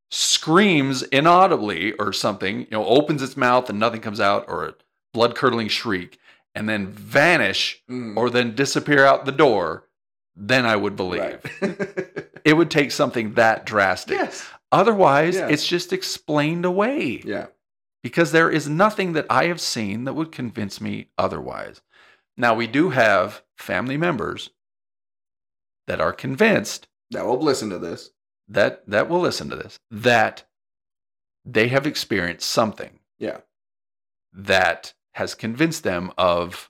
Speaker 2: screams inaudibly or something, you know, opens its mouth and nothing comes out, or a blood curdling shriek, and then vanish
Speaker 1: Mhm.
Speaker 2: or then disappear out the door, then I would believe.
Speaker 1: Right.
Speaker 2: It would take something that drastic.
Speaker 1: yes.
Speaker 2: Otherwise,
Speaker 1: Yeah.
Speaker 2: it's just explained away
Speaker 1: Yeah.
Speaker 2: because there is nothing that I have seen that would convince me otherwise. Now, we do have family members that are convinced
Speaker 1: That will listen to this.
Speaker 2: that that will listen to this that they have experienced something
Speaker 1: Yeah.
Speaker 2: that has convinced them of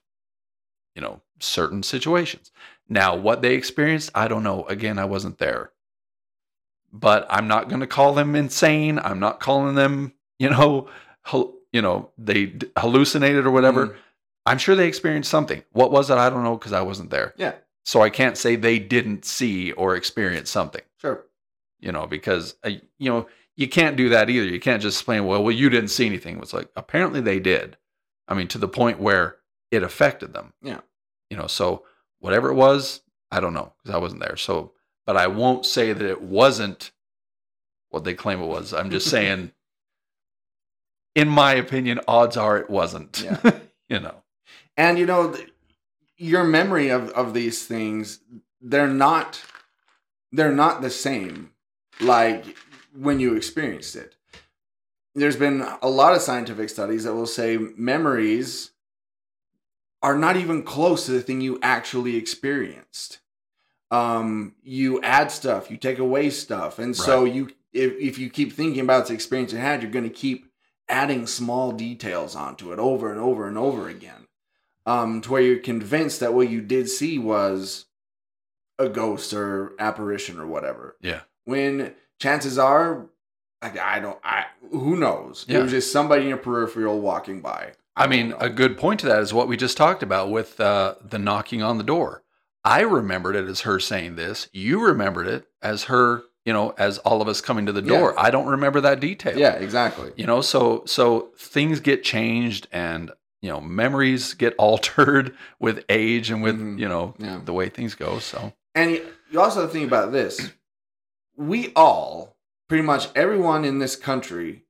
Speaker 2: you know certain situations now what they experienced i don't know again i wasn't there but I'm not going to call them insane. I'm not calling them, you know, hal- you know, they d- hallucinated or whatever.
Speaker 1: Mm.
Speaker 2: I'm sure they experienced something. What was it? I don't know because I wasn't there.
Speaker 1: Yeah.
Speaker 2: So I can't say they didn't see or experience something,
Speaker 1: Sure.
Speaker 2: you know, because uh, you know you can't do that either. You can't just explain, well, well, you didn't see anything. It's like apparently they did. I mean, to the point where it affected them.
Speaker 1: Yeah.
Speaker 2: You know, so whatever it was, I don't know because I wasn't there. So, but I won't say that it wasn't what they claim it was. I'm just saying, in my opinion, odds are it wasn't.
Speaker 1: Yeah.
Speaker 2: you know.
Speaker 1: And you know, th- your memory of of these things, they're not they're not the same like when you experienced it. There's been a lot of scientific studies that will say memories are not even close to the thing you actually experienced. Um, you add stuff, you take away stuff, and so you if if you keep thinking about the experience you had, you're going to keep adding small details onto it over and over and over again um, to where you're convinced that what you did see was a ghost or apparition or whatever.
Speaker 2: Yeah.
Speaker 1: When chances are, like I don't, I who knows? It
Speaker 2: Yeah.
Speaker 1: was just somebody in your peripheral walking by.
Speaker 2: I
Speaker 1: don't
Speaker 2: mean,
Speaker 1: know.
Speaker 2: a good point to that is what we just talked about with uh, the knocking on the door. I remembered it as her saying this. You remembered it as her, you know, as all of us coming to the
Speaker 1: Yeah.
Speaker 2: door. I don't remember that detail.
Speaker 1: yeah, exactly.
Speaker 2: You know, so so things get changed and, you know, memories get altered with age and with,
Speaker 1: Mhm.
Speaker 2: you know,
Speaker 1: Yeah.
Speaker 2: the way things go. So,
Speaker 1: And you- you also think about this. We all, pretty much everyone in this country,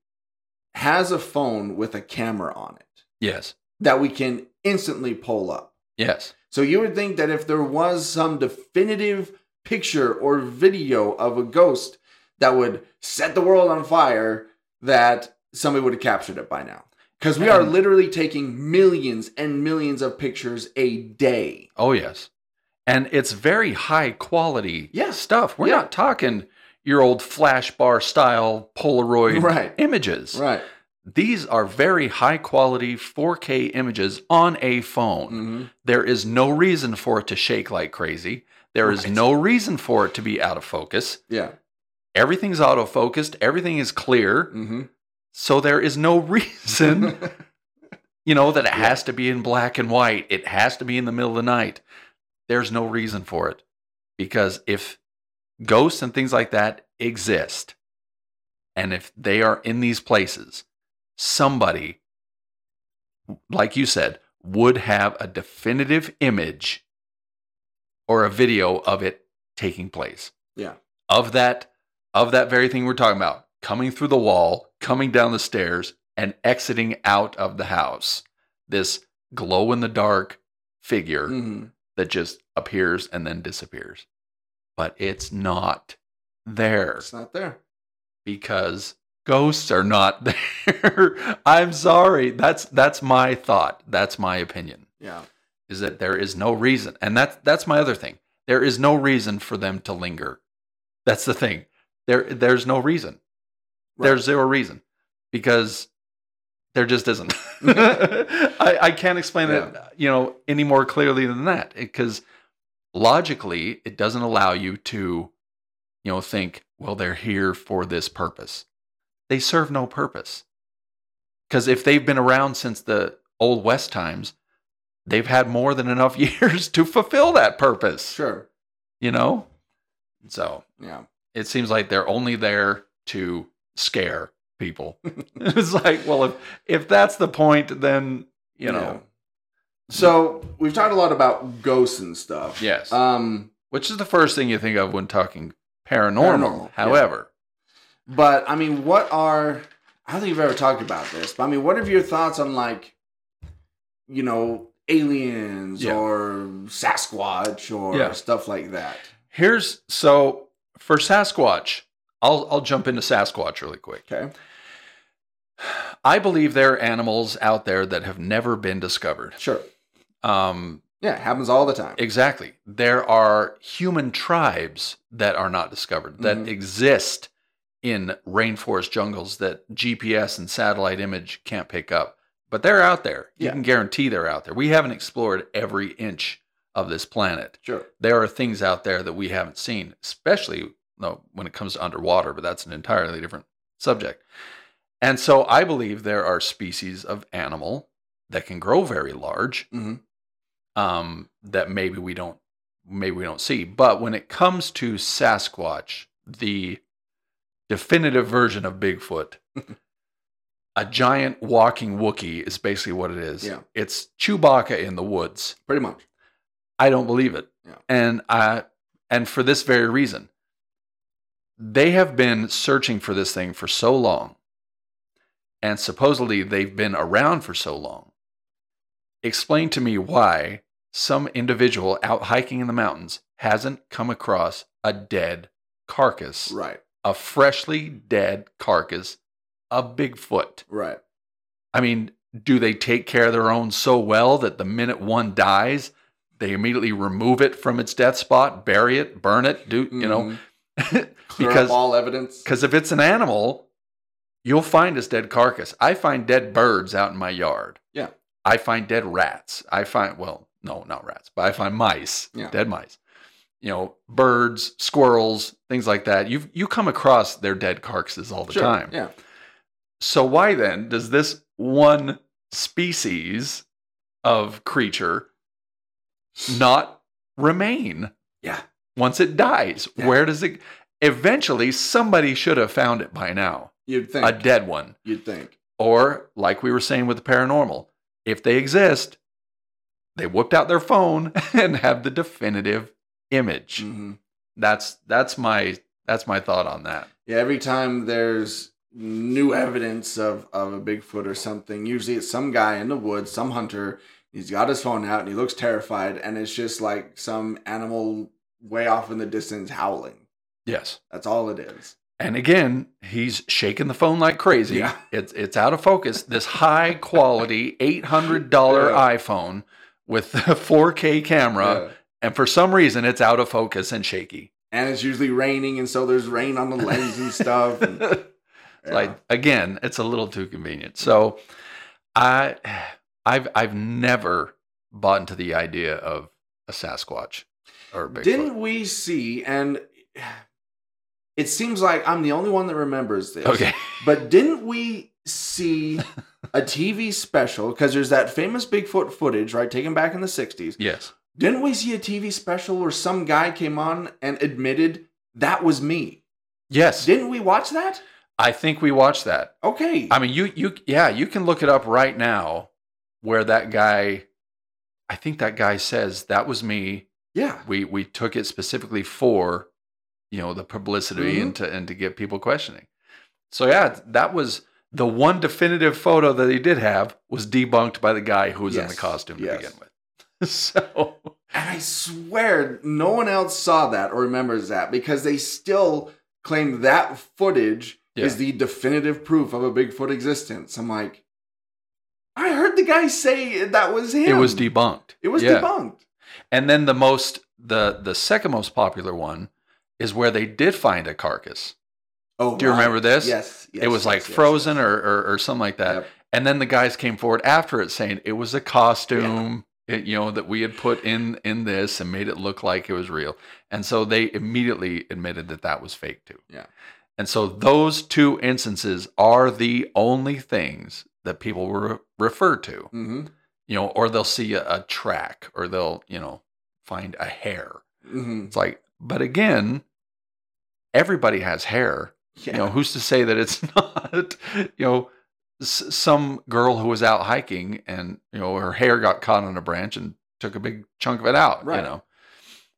Speaker 1: has a phone with a camera on it
Speaker 2: yes.
Speaker 1: that we can instantly pull up.
Speaker 2: Yes.
Speaker 1: So you would think that if there was some definitive picture or video of a ghost that would set the world on fire, that somebody would have captured it by now. Because we are
Speaker 2: And-
Speaker 1: literally taking millions and millions of pictures a day.
Speaker 2: Oh yes. And it's very high quality
Speaker 1: Yeah.
Speaker 2: stuff. We're
Speaker 1: Yeah.
Speaker 2: not talking your old flash bar style Polaroid
Speaker 1: Right.
Speaker 2: images.
Speaker 1: Right.
Speaker 2: These are very high quality 4K images on a phone.
Speaker 1: Mhm.
Speaker 2: There is no reason for it to shake like crazy. There is
Speaker 1: Right.
Speaker 2: no reason for it to be out of focus.
Speaker 1: Yeah.
Speaker 2: Everything's autofocused, everything is clear.
Speaker 1: hmm
Speaker 2: So there is no reason, you know, that it has to be in black and white. It has to be in the middle of the night. There's no reason for it. Because if ghosts and things like that exist, and if they are in these places, somebody, like you said, would have a definitive image or a video of it taking place.
Speaker 1: Yeah.
Speaker 2: Of that, of that very thing we're talking about, coming through the wall, coming down the stairs, and exiting out of the house. This glow in the dark figure
Speaker 1: hmm
Speaker 2: that just appears and then disappears. But it's not there
Speaker 1: It's not there.
Speaker 2: because ghosts are not there. I'm sorry. That's that's my thought. That's my opinion.
Speaker 1: Yeah.
Speaker 2: Is that there is no reason. And that's that's my other thing. There is no reason for them to linger. That's the thing. There there's no reason. There's zero reason. Because there just isn't. I, I can't explain it, you know, any more clearly than that. Because logically, it doesn't allow you to, you know, think, well, they're here for this purpose. They serve no purpose. Because if they've been around since the old West times, they've had more than enough years to fulfill that purpose,
Speaker 1: Sure.
Speaker 2: you know? So
Speaker 1: Yeah.
Speaker 2: it seems like they're only there to scare people. it's like, well, if if that's the point, then you
Speaker 1: Yeah.
Speaker 2: know,
Speaker 1: So we've talked a lot about ghosts and stuff.
Speaker 2: yes.
Speaker 1: Um,
Speaker 2: Which is the first thing you think of when talking paranormal.
Speaker 1: Paranormal, yeah.
Speaker 2: However,
Speaker 1: But I mean, what are I don't think you've ever talked about this, but I mean, what are your thoughts on like, you know, aliens
Speaker 2: Yeah.
Speaker 1: or Sasquatch or
Speaker 2: Yeah.
Speaker 1: stuff like that?
Speaker 2: here's so for Sasquatch, I'll I'll jump into Sasquatch really quick.
Speaker 1: Okay.
Speaker 2: I believe there are animals out there that have never been discovered.
Speaker 1: Sure.
Speaker 2: Um,
Speaker 1: Yeah, it happens all the time.
Speaker 2: Exactly. There are human tribes that are not discovered that
Speaker 1: Mhm.
Speaker 2: exist in rainforest jungles that GPS and satellite image can't pick up. But they're out there. You
Speaker 1: Yeah.
Speaker 2: can guarantee they're out there. We haven't explored every inch of this planet.
Speaker 1: Sure.
Speaker 2: There are things out there that we haven't seen, especially no, when it comes to underwater, but that's an entirely different subject. And so I believe there are species of animal that can grow very large
Speaker 1: Mhm.
Speaker 2: um, that maybe we don't maybe we don't see. But when it comes to Sasquatch, the definitive version of Bigfoot, a giant walking Wookiee is basically what it is.
Speaker 1: Yeah.
Speaker 2: It's Chewbacca in the woods.
Speaker 1: Pretty much.
Speaker 2: I don't believe it.
Speaker 1: Yeah.
Speaker 2: And I and for this very reason. They have been searching for this thing for so long. And supposedly they've been around for so long. Explain to me why some individual out hiking in the mountains hasn't come across a dead carcass,
Speaker 1: Right.
Speaker 2: a freshly dead carcass of Bigfoot.
Speaker 1: Right.
Speaker 2: I mean, do they take care of their own so well that the minute one dies, they immediately remove it from its death spot, bury it, burn it, do you know?
Speaker 1: Mhm. Clear
Speaker 2: because-
Speaker 1: up all evidence.
Speaker 2: Because if it's an animal, you'll find its dead carcass. I find dead birds out in my yard.
Speaker 1: Yeah.
Speaker 2: I find dead rats. I find well, no, not rats, but I find mice,
Speaker 1: Yeah.
Speaker 2: dead mice. You know, birds, squirrels, things like that. You you come across their dead carcasses all the
Speaker 1: Sure,
Speaker 2: time.
Speaker 1: Yeah.
Speaker 2: So why then does this one species of creature not remain
Speaker 1: Yeah.
Speaker 2: once it dies?
Speaker 1: Yeah.
Speaker 2: Where does it eventually somebody should have found it by now?
Speaker 1: You'd think.
Speaker 2: A dead one.
Speaker 1: You'd think.
Speaker 2: Or like we were saying with the paranormal, if they exist, they whipped out their phone and have the definitive image.
Speaker 1: hmm
Speaker 2: That's that's my that's my thought on that.
Speaker 1: Yeah. Every time there's new evidence of of a Bigfoot or something, usually it's some guy in the woods, some hunter. He's got his phone out and he looks terrified, and it's just like some animal way off in the distance howling.
Speaker 2: Yes.
Speaker 1: That's all it is.
Speaker 2: And again, he's shaking the phone like crazy.
Speaker 1: Yeah.
Speaker 2: It's it's out of focus. This high quality $800
Speaker 1: Yeah.
Speaker 2: iPhone with a 4K camera,
Speaker 1: Yeah.
Speaker 2: and for some reason it's out of focus and shaky.
Speaker 1: And it's usually raining, and so there's rain on the lens and stuff. and- yeah.
Speaker 2: Like again, it's a little too convenient. So I I've I've never bought into the idea of a Sasquatch or a Bigfoot.
Speaker 1: Didn't we see, and it seems like I'm the only one that remembers this.
Speaker 2: okay.
Speaker 1: But didn't we see a TV special? Because there's that famous Bigfoot footage, right, taken back in the 60s.
Speaker 2: Yes.
Speaker 1: Didn't we see a TV special where some guy came on and admitted that was me?
Speaker 2: Yes.
Speaker 1: Didn't we watch that?
Speaker 2: I think we watched that.
Speaker 1: Okay.
Speaker 2: I mean, you you yeah, you can look it up right now where that guy I think that guy says that was me.
Speaker 1: yeah.
Speaker 2: We we took it specifically for, you know, the publicity
Speaker 1: Mhm.
Speaker 2: and to and to get people questioning. So yeah, that was the one definitive photo that he did have was debunked by the guy who was in the
Speaker 1: Yes,
Speaker 2: costume to
Speaker 1: yes.
Speaker 2: begin with. so
Speaker 1: And I swear no one else saw that or remembers that because they still claim that footage
Speaker 2: Yeah.
Speaker 1: is the definitive proof of a Bigfoot existence. I'm like, I heard the guy say that was him.
Speaker 2: it was debunked.
Speaker 1: It was
Speaker 2: Yeah.
Speaker 1: debunked.
Speaker 2: And then the most the the second most popular one is where they did find a carcass.
Speaker 1: Oh,
Speaker 2: Do you
Speaker 1: right.
Speaker 2: remember this?
Speaker 1: Yes, yes,
Speaker 2: it was like
Speaker 1: yes, yes,
Speaker 2: frozen
Speaker 1: yes.
Speaker 2: Or, or or something like that.
Speaker 1: Yep.
Speaker 2: And then the guys came forward after it saying it was a costume, it- you know, that we had put in in this and made it look like it was real. And so they immediately admitted that that was fake too.
Speaker 1: Yeah.
Speaker 2: And so those two instances are the only things that people were refer to,
Speaker 1: Mhm,
Speaker 2: you know, or they'll see a, a track or they'll, you know, find a hair.
Speaker 1: mhm.
Speaker 2: It's like, but again, everybody has hair
Speaker 1: Yeah.
Speaker 2: you know who's to say that it's not you know s- some girl who was out hiking and you know her hair got caught on a branch and took a big chunk of it out you
Speaker 1: Right.
Speaker 2: know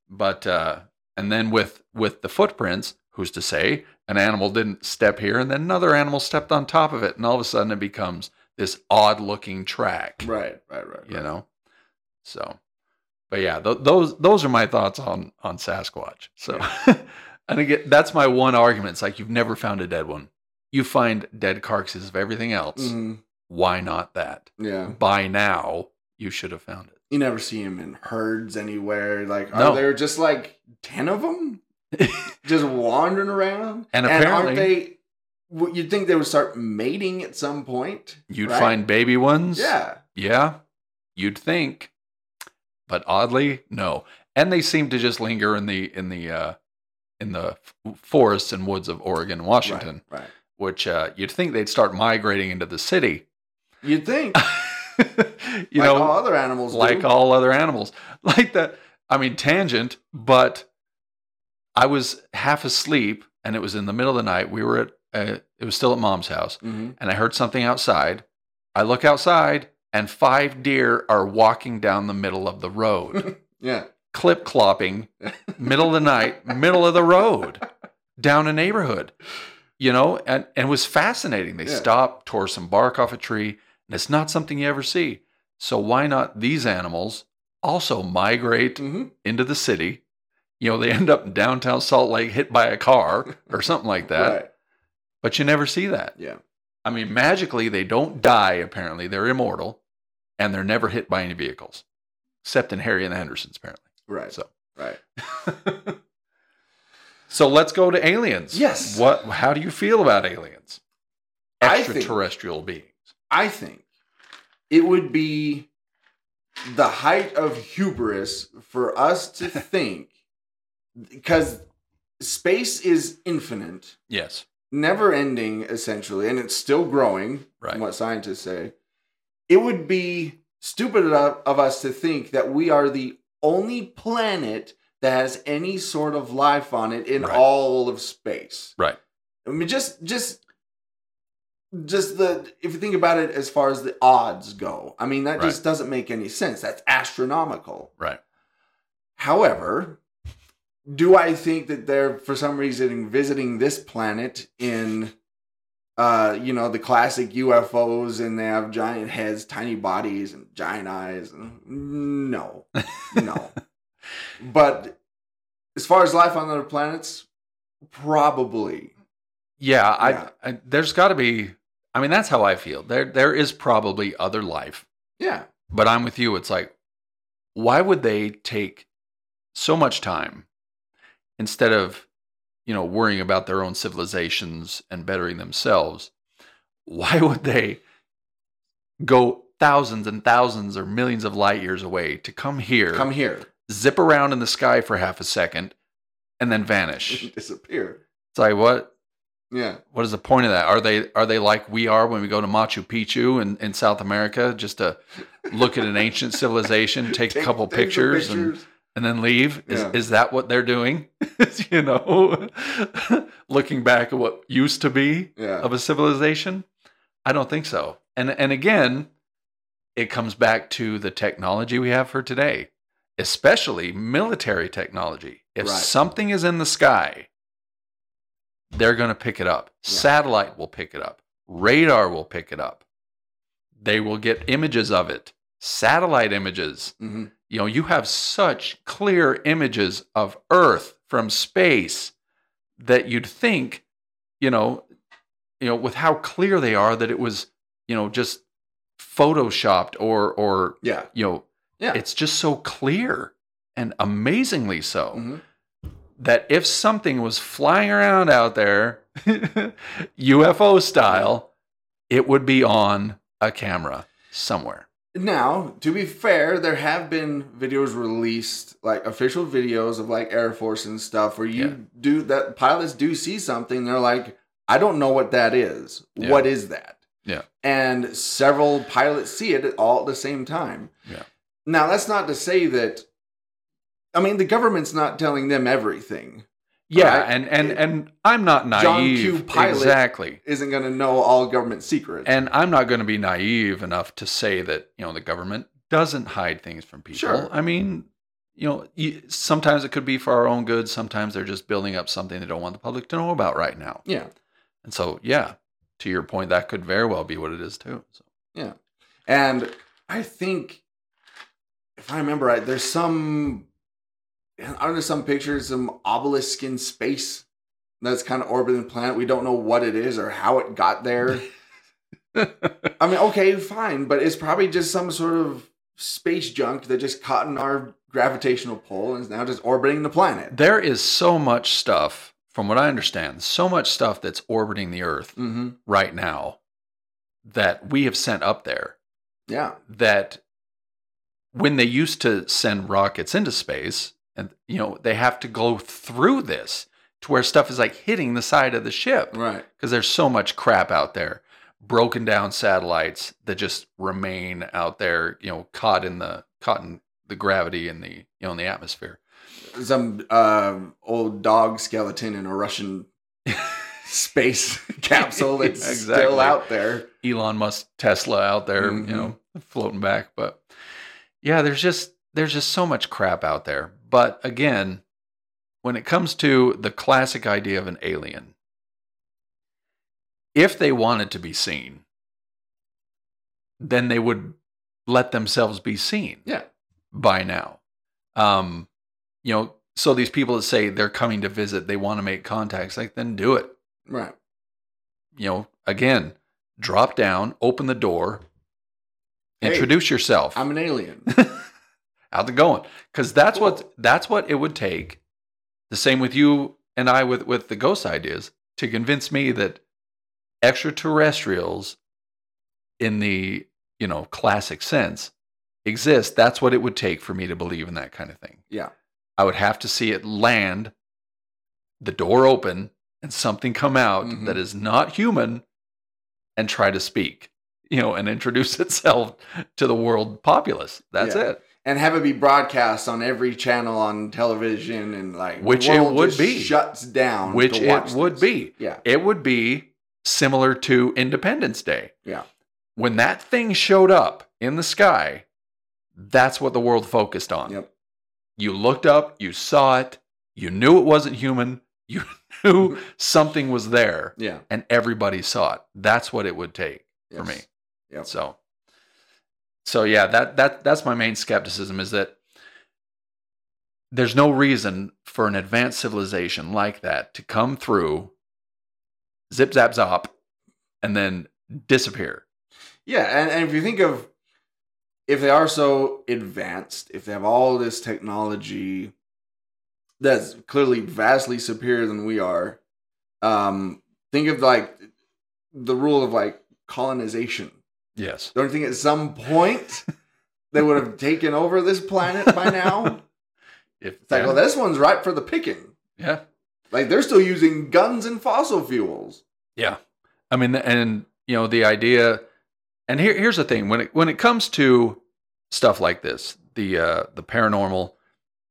Speaker 2: but uh and then with with the footprints who's to say an animal didn't step here and then another animal stepped on top of it and all of a sudden it becomes this odd looking track
Speaker 1: right, right, right.
Speaker 2: you
Speaker 1: right.
Speaker 2: know so but yeah th- those those are my thoughts on on sasquatch so and again that's my one argument it's like you've never found a dead one you find dead carcasses of everything else
Speaker 1: Mhm,
Speaker 2: why not that
Speaker 1: Yeah.
Speaker 2: by now you should have found
Speaker 1: You never see him in herds anywhere. Like,
Speaker 2: No.
Speaker 1: are there just like 10 of them?
Speaker 2: it
Speaker 1: just wandering around.
Speaker 2: And apparently-
Speaker 1: aren't they? w- You'd think they would start mating at some point.
Speaker 2: you'd
Speaker 1: right?
Speaker 2: find baby ones
Speaker 1: Yeah,
Speaker 2: yeah you'd think but oddly no and they seem to just linger in the in the uh in the f- forests and woods of Oregon and Washington,
Speaker 1: Right. right.
Speaker 2: which uh, you'd think they'd start migrating into the city.
Speaker 1: You'd think,
Speaker 2: you
Speaker 1: like
Speaker 2: know,
Speaker 1: all other animals, do.
Speaker 2: like all other animals. Like the, I mean, tangent, but I was half asleep and it was in the middle of the night. We were at, uh, it was still at mom's house
Speaker 1: Mhm.
Speaker 2: and I heard something outside. I look outside and five deer are walking down the middle of the road,
Speaker 1: Yeah.
Speaker 2: clip clopping, middle of the night, middle of the road, down a neighborhood, you know, and, and it was fascinating. They
Speaker 1: Yeah.
Speaker 2: stopped, tore some bark off a tree, and it's not something you ever see. So why not these animals also migrate
Speaker 1: hmm
Speaker 2: into the city? You know, they end up in downtown Salt Lake hit by a car or something like that,
Speaker 1: Right.
Speaker 2: but you never see that.
Speaker 1: Yeah.
Speaker 2: I mean, magically, they don't die, apparently. They're immortal and they're never hit by any vehicles, except in Harry and the Hendersons, apparently.
Speaker 1: Right.
Speaker 2: So-
Speaker 1: Right.
Speaker 2: so let's go to aliens.
Speaker 1: Yes.
Speaker 2: What? How do you feel about aliens?
Speaker 1: I think-
Speaker 2: Extraterrestrial beings.
Speaker 1: I think it would be the height of hubris for us to think because space is infinite,
Speaker 2: Yes.
Speaker 1: never ending essentially, and it's still growing,
Speaker 2: Right.
Speaker 1: from what scientists say. It would be stupid of of us to think that we are the only planet that has any sort of life on it in
Speaker 2: Right.
Speaker 1: all of space.
Speaker 2: Right.
Speaker 1: I mean, just just just the if you think about it as far as the odds go, I mean that
Speaker 2: Right.
Speaker 1: just doesn't make any sense. That's astronomical.
Speaker 2: Right.
Speaker 1: However, do I think that they're for some reason visiting this planet in uh, you know, the classic UFOs and they have giant heads, tiny bodies, and giant eyes. And no. No. but as far as life on other planets, probably.
Speaker 2: Yeah. I,
Speaker 1: Yeah.
Speaker 2: I there's got to be. I mean, that's how I feel. There, there is probably other life,
Speaker 1: Yeah.
Speaker 2: but I'm with you. It's like, why would they take so much time instead of, you know, worrying about their own civilizations and bettering themselves? Why would they go thousands and thousands or millions of light years away to come here,
Speaker 1: Come here.
Speaker 2: zip around in the sky for half a second, and then vanish? it's
Speaker 1: disappear.
Speaker 2: like what?
Speaker 1: Yeah.
Speaker 2: What is the point of that? Are they are they like we are when we go to Machu Picchu in, in South America just to look at an ancient civilization, take, a couple
Speaker 1: take some
Speaker 2: pictures, And,
Speaker 1: pictures.
Speaker 2: and then leave. Is,
Speaker 1: Yeah.
Speaker 2: is that what they're doing? you know, looking back at what used to be
Speaker 1: yeah.
Speaker 2: of a civilization? I don't think so. And and again, it comes back to the technology we have for today, especially military technology. If
Speaker 1: Right.
Speaker 2: something is in the sky, they're going to pick it up.
Speaker 1: Yeah.
Speaker 2: Satellite will pick it up. Radar will pick it up. They will get images of it. Satellite images.
Speaker 1: Mhm.
Speaker 2: You know, you have such clear images of Earth from space that you'd think, you know, you know, with how clear they are, that it was, you know, just photoshopped or or
Speaker 1: Yeah.
Speaker 2: you know,
Speaker 1: Yeah.
Speaker 2: it's just so clear and amazingly so
Speaker 1: Mhm.
Speaker 2: that if something was flying around out there, UFO style, it would be on a camera somewhere.
Speaker 1: Now, to be fair, there have been videos released, like official videos of like Air Force and stuff, where you
Speaker 2: Yeah.
Speaker 1: do that. Pilots do see something. They're like, I don't know what that is.
Speaker 2: Yeah.
Speaker 1: What is that?
Speaker 2: Yeah.
Speaker 1: And several pilots see it all at the same time.
Speaker 2: Yeah.
Speaker 1: Now, that's not to say that. I mean, the government's not telling them everything.
Speaker 2: Yeah,
Speaker 1: Right.
Speaker 2: and and and I'm not naive.
Speaker 1: John Q. Pilot.
Speaker 2: Exactly.
Speaker 1: Isn't going to know all government secrets.
Speaker 2: And I'm not going to be naive enough to say that, you know, the government doesn't hide things from people.
Speaker 1: Sure.
Speaker 2: I mean, you know, you, sometimes it could be for our own good, sometimes they're just building up something they don't want the public to know about right now.
Speaker 1: yeah.
Speaker 2: And so, yeah, to your point, that could very well be what it is too. So,
Speaker 1: And I think, if I remember right, there's some, aren't there some pictures, some obelisk in space that's kind of orbiting the planet? We don't know what it is or how it got there. I mean, okay, fine, but it's probably just some sort of space junk that just caught in our gravitational pull and is now just orbiting the planet.
Speaker 2: there is so much stuff, from what I understand, so much stuff that's orbiting the Earth
Speaker 1: Mm-hmm.
Speaker 2: right now that we have sent up there
Speaker 1: Yeah.
Speaker 2: that when they used to send rockets into space and you know they have to go through this to where stuff is like hitting the side of the ship
Speaker 1: Right.
Speaker 2: because there's so much crap out there broken down satellites that just remain out there you know caught in the caught in the gravity and the you know in the atmosphere
Speaker 1: Some uh, old dog skeleton in a Russian space capsule that's still
Speaker 2: Exactly.
Speaker 1: out there.
Speaker 2: elon musk tesla out there
Speaker 1: Mhm.
Speaker 2: you know floating back but yeah there's just there's just so much crap out there but again when it comes to the classic idea of an alien if they wanted to be seen then they would let themselves be seen
Speaker 1: Yeah.
Speaker 2: by now. Um, you know, so these people that say they're coming to visit, they want to make contacts, like then do it.
Speaker 1: Right.
Speaker 2: You know, again, drop down, open the door,
Speaker 1: Hey,
Speaker 2: introduce yourself.
Speaker 1: I'm an alien.
Speaker 2: How's it going? Because that's what that's what it would take. The same with you and I with with the ghost ideas to convince me that extraterrestrials, in the you know classic sense, exist. That's what it would take for me to believe in that kind of thing.
Speaker 1: Yeah.
Speaker 2: I would have to see it land, the door open, and something come out
Speaker 1: Mhm.
Speaker 2: that is not human, and try to speak. You know, and introduce itself to the world populace. That's
Speaker 1: Yeah.
Speaker 2: it.
Speaker 1: and have it be broadcast on every channel on television and like
Speaker 2: Which
Speaker 1: the
Speaker 2: it
Speaker 1: world
Speaker 2: would
Speaker 1: just
Speaker 2: be.
Speaker 1: shuts down
Speaker 2: which
Speaker 1: to watch
Speaker 2: it would
Speaker 1: this.
Speaker 2: be.
Speaker 1: yeah
Speaker 2: It would be similar to Independence Day.
Speaker 1: Yeah.
Speaker 2: When that thing showed up in the sky, that's what the world focused on.
Speaker 1: yep
Speaker 2: You looked up, you saw it, you knew it wasn't human, you knew
Speaker 1: Mm-hmm.
Speaker 2: something was there,
Speaker 1: yeah
Speaker 2: and everybody saw it. That's what it would take for
Speaker 1: yes.
Speaker 2: me.
Speaker 1: Yep.
Speaker 2: So So yeah, that that that's my main skepticism is that there's no reason for an advanced civilization like that to come through zip zap zop and then disappear.
Speaker 1: yeah and, and if you think of if they are so advanced if they have all this technology that's clearly vastly superior than we are um think of like the rule of like colonization
Speaker 2: Yes.
Speaker 1: don't you think at some point they would have taken over this planet by now
Speaker 2: If
Speaker 1: It's like, well, this one's ripe for the picking.
Speaker 2: yeah.
Speaker 1: Like they're still using guns and fossil fuels.
Speaker 2: Yeah. I mean and you know the idea and here here's the thing when it when it comes to stuff like this, the uh the paranormal,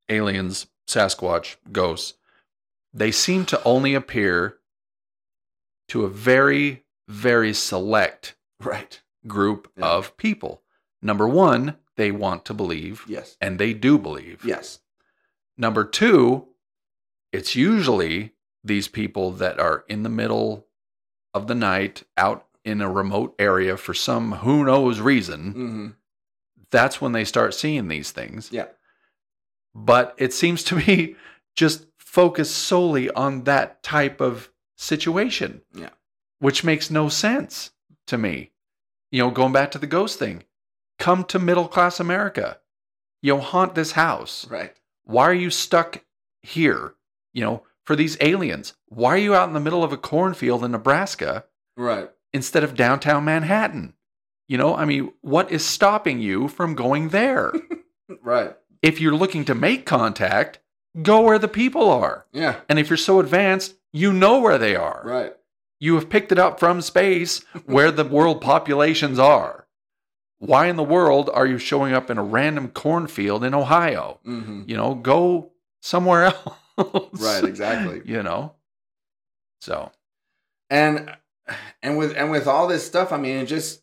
Speaker 2: aliens, Sasquatch, ghosts, they seem to only appear to a very very select
Speaker 1: Right.
Speaker 2: group
Speaker 1: Yeah.
Speaker 2: of people. Number 1, they want to believe
Speaker 1: Yes.
Speaker 2: and they do believe.
Speaker 1: Yes.
Speaker 2: Number two, it's usually these people that are in the middle of the night out in a remote area for some who knows reason.
Speaker 1: Mm-hmm.
Speaker 2: That's when they start seeing these things.
Speaker 1: Yeah.
Speaker 2: But it seems to me just focused solely on that type of situation.
Speaker 1: Yeah.
Speaker 2: Which makes no sense to me. You know, going back to the ghost thing, come to middle class America. You know, haunt this house
Speaker 1: Right.
Speaker 2: why are you stuck here you know for these aliens why are you out in the middle of a cornfield in nebraska
Speaker 1: Right.
Speaker 2: instead of downtown manhattan you know i mean what is stopping you from going there
Speaker 1: Right.
Speaker 2: if you're looking to make contact go where the people are
Speaker 1: Yeah.
Speaker 2: and if you're so advanced you know where they are
Speaker 1: Right.
Speaker 2: you have picked it up from space where the world populations are why in the world are you showing up in a random cornfield in ohio
Speaker 1: Mm-hmm.
Speaker 2: you know, go somewhere else.
Speaker 1: Right. Exactly.
Speaker 2: You know, so
Speaker 1: and and with and with all this stuff, I mean, it just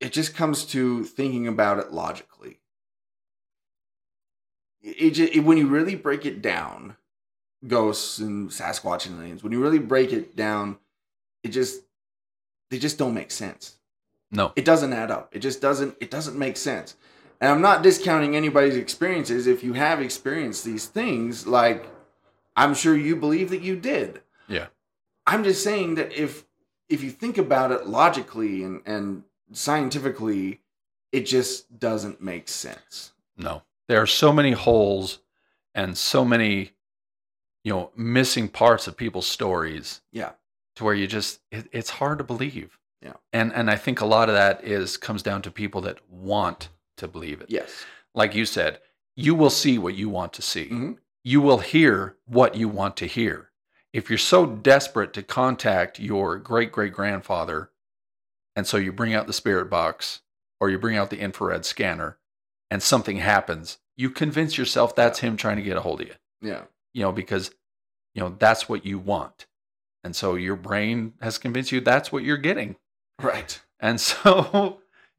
Speaker 1: it just comes to thinking about it logically. It, just, when you really break it down, ghosts and Sasquatch and aliens. When you really break it down, it just they just don't make sense.
Speaker 2: no,
Speaker 1: it doesn't add up it just doesn't it doesn't make sense and i'm not discounting anybody's experiences if you have experienced these things like i'm sure you believe that you did
Speaker 2: Yeah.
Speaker 1: i'm just saying that if if you think about it logically and and scientifically it just doesn't make sense
Speaker 2: no. There are so many holes and so many, you know, missing parts of people's stories.
Speaker 1: Yeah.
Speaker 2: To where you just, it, it's hard to believe.
Speaker 1: Yeah.
Speaker 2: And and I think a lot of that is comes down to people that want to believe it.
Speaker 1: yes
Speaker 2: Like you said, you will see what you want to see.
Speaker 1: Mhm.
Speaker 2: you will hear what you want to hear. If you're so desperate to contact your great great grandfather, and so you bring out the spirit box or you bring out the infrared scanner and something happens, you convince yourself that's him trying to get a hold of you,
Speaker 1: Yeah.
Speaker 2: you know, because, you know, that's what you want. And so your brain has convinced you that's what you're getting.
Speaker 1: Right.
Speaker 2: And so,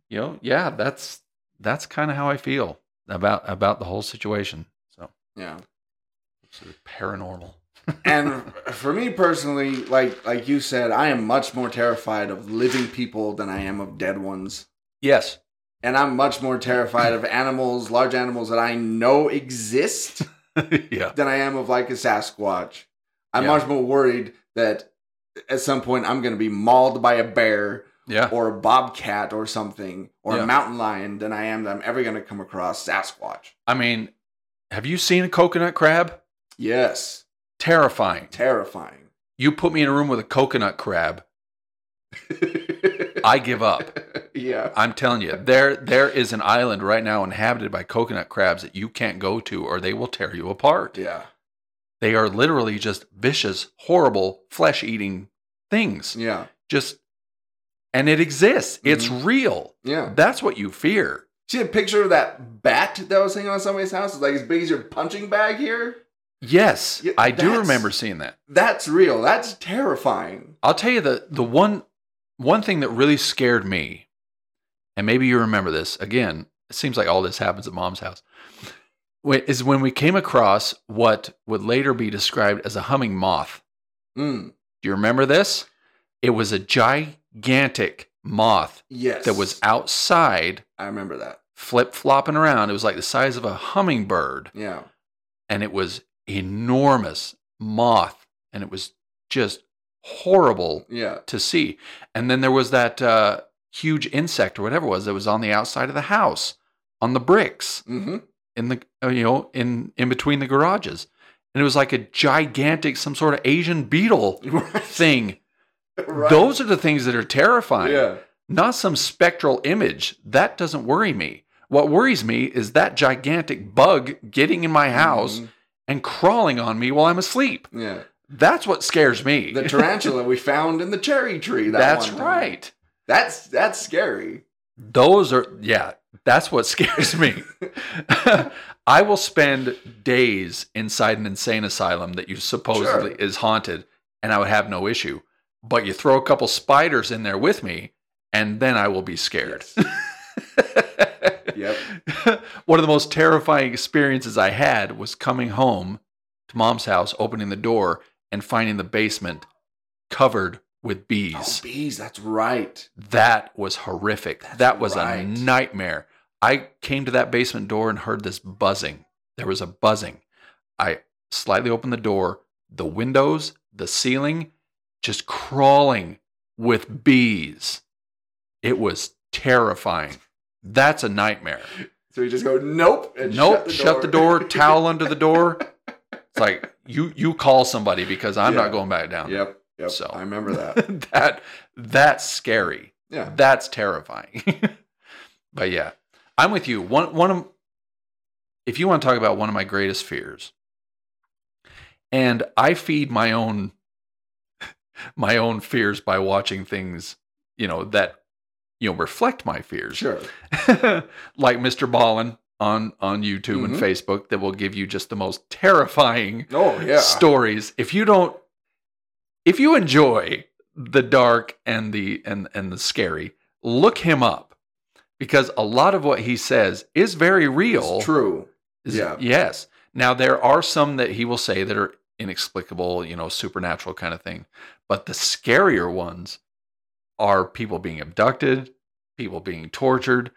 Speaker 2: you know, yeah, that's that's kind of how I feel about about the whole situation. So,
Speaker 1: Yeah.
Speaker 2: sort of paranormal.
Speaker 1: and for me personally, like like you said, I am much more terrified of living people than I am of dead ones.
Speaker 2: Yes.
Speaker 1: And I'm much more terrified of animals, large animals that I know exist
Speaker 2: yeah.
Speaker 1: than I am of like a Sasquatch. I'm
Speaker 2: Yeah.
Speaker 1: much more worried that at some point I'm going to be mauled by a bear
Speaker 2: Yeah.
Speaker 1: or a bobcat or something or
Speaker 2: Yeah.
Speaker 1: a mountain lion than I am that I'm ever going to come across Sasquatch.
Speaker 2: I mean, have you seen a coconut crab?
Speaker 1: Yes,
Speaker 2: Terrifying.
Speaker 1: terrifying.
Speaker 2: You put me in a room with a coconut crab, I give up.
Speaker 1: yeah.
Speaker 2: I'm telling you, there there is an island right now inhabited by coconut crabs that you can't go to or they will tear you apart.
Speaker 1: Yeah.
Speaker 2: They are literally just vicious, horrible, flesh-eating things.
Speaker 1: Yeah.
Speaker 2: Just and it exists. It's
Speaker 1: Mm-hmm.
Speaker 2: real.
Speaker 1: Yeah.
Speaker 2: That's what you fear.
Speaker 1: See a picture of that bat that was hanging on somebody's house? It's like as big as your punching bag here?
Speaker 2: Yes,
Speaker 1: Yeah,
Speaker 2: I do
Speaker 1: that's-
Speaker 2: remember seeing that.
Speaker 1: That's real. That's terrifying.
Speaker 2: I'll tell you the the one one thing that really scared me, and maybe you remember this. Again, it seems like all this happens at mom's house. wh- Is when we came across what would later be described as a humming moth.
Speaker 1: Mm.
Speaker 2: Do you remember this? It was a gigantic moth
Speaker 1: Yes.
Speaker 2: that was outside,
Speaker 1: I remember that.
Speaker 2: flip flopping around. It was like the size of a hummingbird,
Speaker 1: Yeah.
Speaker 2: and it was enormous moth, and it was just horrible
Speaker 1: Yeah.
Speaker 2: to see. And then there was that uh, huge insect or whatever it was that was on the outside of the house, on the bricks
Speaker 1: Mm-hmm.
Speaker 2: in the uh, you know in in between the garages, and it was like a gigantic some sort of Asian beetle thing.
Speaker 1: Right.
Speaker 2: Those are the things that are terrifying.
Speaker 1: Yeah.
Speaker 2: Not some spectral image that doesn't worry me. What worries me is that gigantic bug getting in my house
Speaker 1: Mhm.
Speaker 2: and crawling on me while I'm asleep.
Speaker 1: Yeah.
Speaker 2: That's what scares me.
Speaker 1: The tarantula we found in the cherry tree. That
Speaker 2: That's
Speaker 1: one time.
Speaker 2: right.
Speaker 1: That's that's scary.
Speaker 2: Those are, yeah, that's what scares me. I will spend days inside an insane asylum that you supposedly
Speaker 1: Sure.
Speaker 2: is haunted, and I would have no issue. But you throw a couple spiders in there with me, and then I will be scared.
Speaker 1: Yep.
Speaker 2: One of the most terrifying experiences I had was coming home to mom's house, opening the door, and finding the basement covered with bees.
Speaker 1: Oh, bees. That's right.
Speaker 2: That was horrific.
Speaker 1: That's
Speaker 2: that was a
Speaker 1: right.
Speaker 2: nightmare. I came to that basement door and heard this buzzing. There was a buzzing. I slightly opened the door, the windows, the ceiling, just crawling with bees. It was terrifying. That's a nightmare.
Speaker 1: So we just go, nope. And
Speaker 2: nope, shut the door, towel under the door. It's like you you call somebody because I'm
Speaker 1: Yeah.
Speaker 2: not going back down.
Speaker 1: Yep. Yep.
Speaker 2: So.
Speaker 1: I remember that.
Speaker 2: that that's scary.
Speaker 1: Yeah.
Speaker 2: That's terrifying. but yeah, I'm with you. One one of if you want to talk about one of my greatest fears, and I feed my own my own fears by watching things, you know, that you know reflect my fears.
Speaker 1: Sure.
Speaker 2: like Mr. Ballin on on YouTube and
Speaker 1: Mhm.
Speaker 2: Facebook that will give you just the most terrifying
Speaker 1: Oh yeah.
Speaker 2: stories. If you don't if you enjoy the dark and the and and the scary, look him up because a lot of what he says is very real.
Speaker 1: It's true.
Speaker 2: Is-
Speaker 1: yeah.
Speaker 2: Yes. Now there are some that he will say that are inexplicable, you know, supernatural kind of thing, but the scarier ones are people being abducted, people being tortured.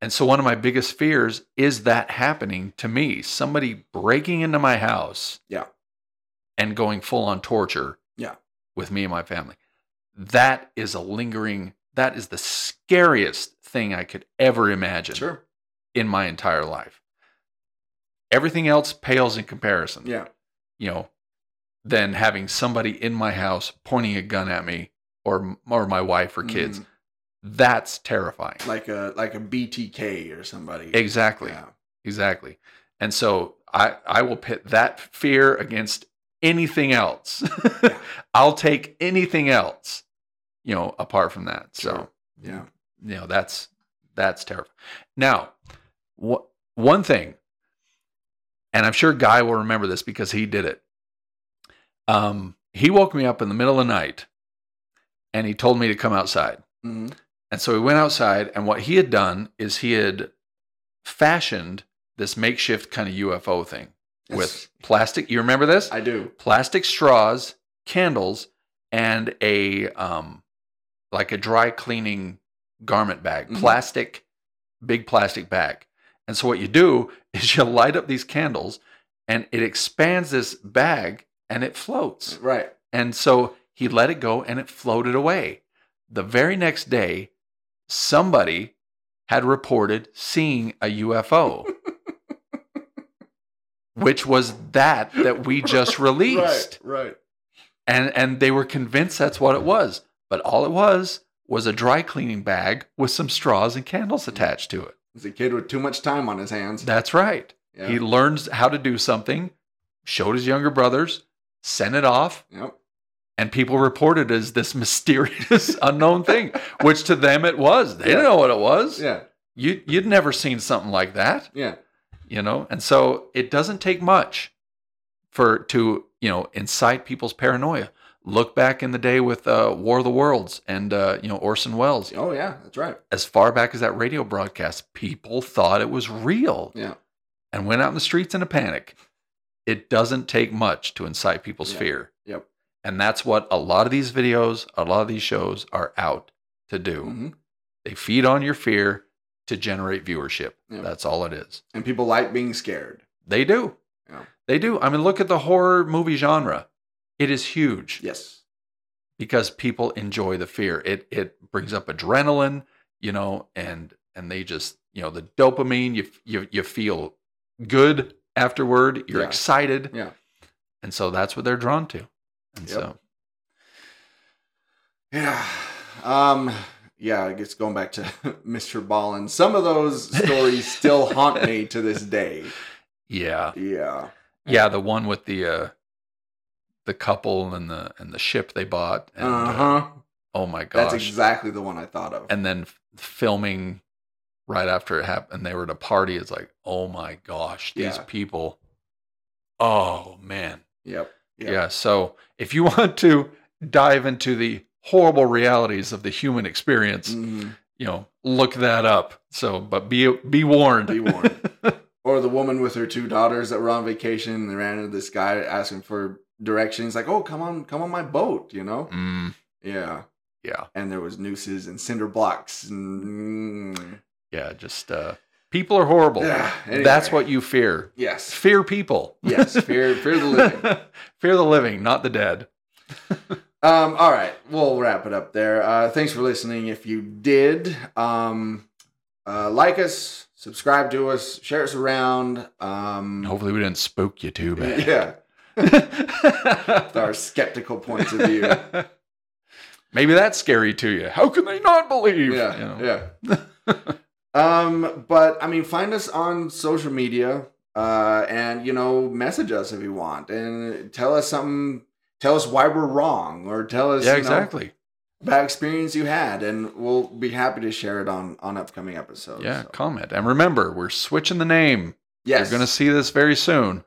Speaker 2: And so one of my biggest fears is that happening to me, somebody breaking into my house.
Speaker 1: Yeah.
Speaker 2: And going full on torture.
Speaker 1: Yeah.
Speaker 2: With me and my family. That is a lingering, that is the scariest thing I could ever imagine
Speaker 1: Sure.
Speaker 2: in my entire life. Everything else pales in comparison.
Speaker 1: Yeah.
Speaker 2: You know, than having somebody in my house pointing a gun at me or or my wife or kids.
Speaker 1: Mhm.
Speaker 2: That's terrifying.
Speaker 1: like a like a BTK or somebody.
Speaker 2: exactly.
Speaker 1: Yeah.
Speaker 2: Exactly. And so I, I will pit that fear against anything else. I'll take anything else, you know, apart from that. So,
Speaker 1: Sure. Yeah.
Speaker 2: you know, that's that's terrifying. Now, wh- one thing, and I'm sure Guy will remember this because he did it. Um, he woke me up in the middle of the night and he told me to come outside.
Speaker 1: Mhm.
Speaker 2: And so we went outside, and what he had done is he had fashioned this makeshift kind of UFO thing with
Speaker 1: Yes.
Speaker 2: plastic. You remember this?
Speaker 1: I do.
Speaker 2: plastic straws, candles, and a um, like a dry cleaning garment bag,
Speaker 1: Mhm.
Speaker 2: plastic, big plastic bag. And so what you do is you light up these candles, and it expands this bag, and it floats.
Speaker 1: Right.
Speaker 2: And so he let it go and it floated away. The very next day, somebody had reported seeing a UFO, which was that that we just released.
Speaker 1: Right. Right.
Speaker 2: And, and they were convinced that's what it was. But all it was was a dry cleaning bag with some straws and
Speaker 1: Mm.
Speaker 2: candles attached to it.
Speaker 1: It's a kid with too much time on his hands.
Speaker 2: That's right.
Speaker 1: yeah.
Speaker 2: He learns how to do something, showed his younger brothers, sent it off,
Speaker 1: Yep.
Speaker 2: and people reported as this mysterious unknown thing, which to them it was. They didn't know what it was.
Speaker 1: Yeah.
Speaker 2: You you'd never seen something like that,
Speaker 1: Yeah.
Speaker 2: you know. And so it doesn't take much for to you know incite people's paranoia. Look back in the day with uh, War of the Worlds and uh, you know Orson Welles.
Speaker 1: Oh yeah. That's right.
Speaker 2: As far back as that radio broadcast, people thought it was real
Speaker 1: Yeah.
Speaker 2: and went out in the streets in a panic. It doesn't take much to incite people's
Speaker 1: Yeah.
Speaker 2: fear.
Speaker 1: Yep.
Speaker 2: And that's what a lot of these videos, a lot of these shows are out to do.
Speaker 1: Mhm.
Speaker 2: They feed on your fear to generate viewership.
Speaker 1: Yeah.
Speaker 2: That's all it is.
Speaker 1: And people like being scared.
Speaker 2: They do.
Speaker 1: Yeah.
Speaker 2: They do. I mean, look at the horror movie genre. It is huge
Speaker 1: Yes.
Speaker 2: because people enjoy the fear. It it brings up adrenaline, you know, and and they just, you know, the dopamine, you you you feel good afterward, you're
Speaker 1: Yeah.
Speaker 2: excited.
Speaker 1: Yeah.
Speaker 2: And so that's what they're drawn to.
Speaker 1: Yep.
Speaker 2: And so
Speaker 1: Yeah. Um. Yeah. I guess going back to Mr. Ballin, some of those stories still haunt me to this day.
Speaker 2: yeah.
Speaker 1: Yeah.
Speaker 2: Yeah, the one with the uh the couple and the and the ship they bought. And,
Speaker 1: Uh huh.
Speaker 2: oh my gosh!
Speaker 1: That's exactly the one I thought of.
Speaker 2: and then f- filming right after it happened, they were at a party. It's like, oh my gosh, these
Speaker 1: Yeah.
Speaker 2: people. Oh man,
Speaker 1: yep.
Speaker 2: yeah.
Speaker 1: Yeah.
Speaker 2: So if you want to dive into the horrible realities of the human experience,
Speaker 1: Mhm.
Speaker 2: you know, look that up. So, but be be warned.
Speaker 1: Be warned. Or the woman with her two daughters that were on vacation and they ran into this guy asking for directions, like, "Oh, come on, come on my boat," you know?
Speaker 2: Mm,
Speaker 1: Yeah.
Speaker 2: yeah,
Speaker 1: And there was nooses and cinder blocks and. Mm.
Speaker 2: yeah. Just uh, people are horrible.
Speaker 1: Yeah,
Speaker 2: That's
Speaker 1: anyway.
Speaker 2: what you fear.
Speaker 1: Yes.
Speaker 2: Fear people.
Speaker 1: Yes. Fear. Fear the living.
Speaker 2: fear the living, not the dead.
Speaker 1: Um, all right, we'll wrap it up there. Uh, thanks for listening. If you did, um, uh, like us, subscribe to us, share us around. Um,
Speaker 3: Hopefully, we didn't spook you too bad.
Speaker 1: yeah, with our skeptical points of view.
Speaker 2: Maybe that's scary to you. How can they not believe? You know?
Speaker 1: Yeah, yeah. um, but I mean, find us on social media, uh, and you know, message us if you want, and tell us something. Tell us why we're wrong, or tell us you
Speaker 2: Yeah,
Speaker 1: know,
Speaker 2: exactly.
Speaker 1: about experience you had, and we'll be happy to share it on on upcoming episodes.
Speaker 2: Yeah,
Speaker 1: so.
Speaker 2: comment. And remember, we're switching the name.
Speaker 1: Yes.
Speaker 2: You're going to see this very soon.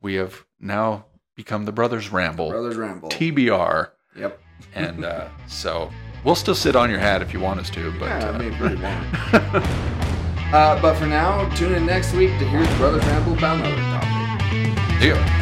Speaker 2: We have now become the Brothers Ramble,
Speaker 1: Brothers Ramble.
Speaker 2: TBR.
Speaker 1: Yep.
Speaker 2: And uh, so we'll still sit on your hat if you want us to. But
Speaker 1: yeah,
Speaker 2: uh,
Speaker 1: I mean, pretty bad. uh, but for now, tune in next week to hear the Brothers Ramble about another topic.
Speaker 2: deal.